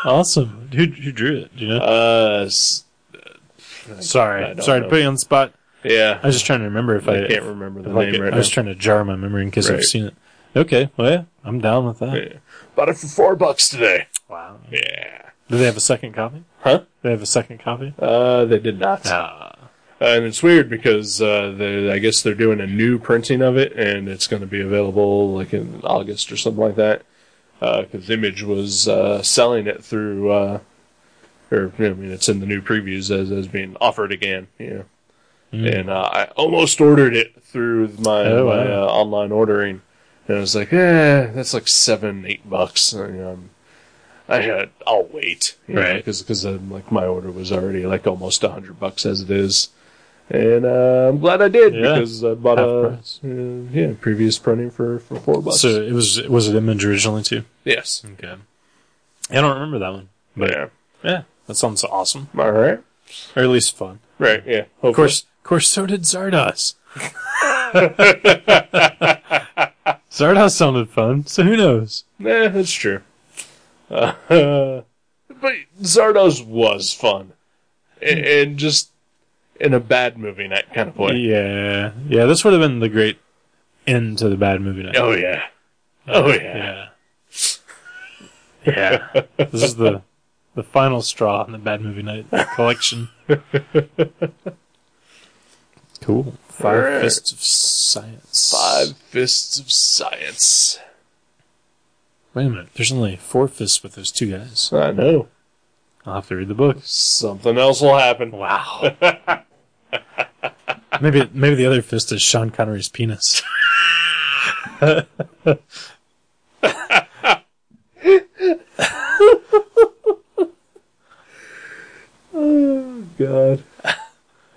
Speaker 2: awesome. Who, who drew it? Do you know?
Speaker 1: Uh, s- Uh, I
Speaker 2: Sorry.
Speaker 1: don't
Speaker 2: Sorry
Speaker 1: know.
Speaker 2: to put you on the spot. I
Speaker 1: yeah,
Speaker 2: was just trying to remember if
Speaker 1: I,
Speaker 2: I,
Speaker 1: can't remember the
Speaker 2: if I
Speaker 1: name
Speaker 2: could-
Speaker 1: right
Speaker 2: I was
Speaker 1: now.
Speaker 2: trying to jar my memory in case
Speaker 1: Right.
Speaker 2: I've seen it. Okay. Well, yeah, I'm down with that.
Speaker 1: Yeah. Bought it for four bucks today.
Speaker 2: Wow.
Speaker 1: Yeah,
Speaker 2: Do they have a second copy?
Speaker 1: huh?
Speaker 2: They have a second copy?
Speaker 1: Uh, they did not,
Speaker 2: Ah.
Speaker 1: and it's weird because uh, they I guess they're doing a new printing of it, and it's going to be available like in August or something like that. Because Image was uh, selling it through. Uh, or I mean, it's in the new previews as as being offered again. Yeah, and uh, I almost ordered it through my,
Speaker 2: Hmm. Oh,
Speaker 1: my
Speaker 2: wow.
Speaker 1: uh, online ordering, and I was like, eh, that's like seven, eight bucks. And, um, I had, I'll wait, you
Speaker 2: Right.
Speaker 1: Because because um, like my order was already like almost a hundred bucks as it is, and uh, I'm glad I did
Speaker 2: Yeah.
Speaker 1: because I bought
Speaker 2: Half
Speaker 1: a
Speaker 2: price.
Speaker 1: uh, yeah previous printing for for four bucks.
Speaker 2: So it was was it Image originally too?
Speaker 1: yes,
Speaker 2: Okay. I don't remember that one. But yeah,
Speaker 1: yeah,
Speaker 2: that sounds awesome,
Speaker 1: all right,
Speaker 2: or at least fun.
Speaker 1: right, yeah,
Speaker 2: Of course, of course, so
Speaker 1: *laughs*
Speaker 2: did Zardoz. Zardoz sounded fun, so who knows?
Speaker 1: Yeah, that's true. Uh, but Zardoz was fun, and,
Speaker 2: Hmm.
Speaker 1: and just in a bad movie night kind of way.
Speaker 2: Yeah, yeah, this would have been the great end to the bad movie night.
Speaker 1: Oh yeah, oh yeah.
Speaker 2: Yeah, *laughs* yeah. this is the the final straw in the bad movie night collection. cool. Five
Speaker 1: Alright.
Speaker 2: fists of science.
Speaker 1: Five Fists of Science.
Speaker 2: Wait a minute. There's only four fists with those two guys.
Speaker 1: I know.
Speaker 2: I'll have to read the book.
Speaker 1: Something else will happen.
Speaker 2: Wow. maybe maybe the other fist is Sean Connery's penis.
Speaker 1: God. *laughs*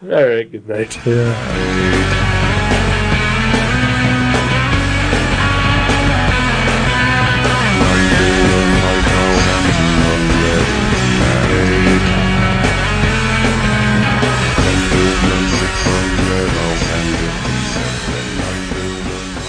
Speaker 1: All right. Good night.
Speaker 2: Yeah.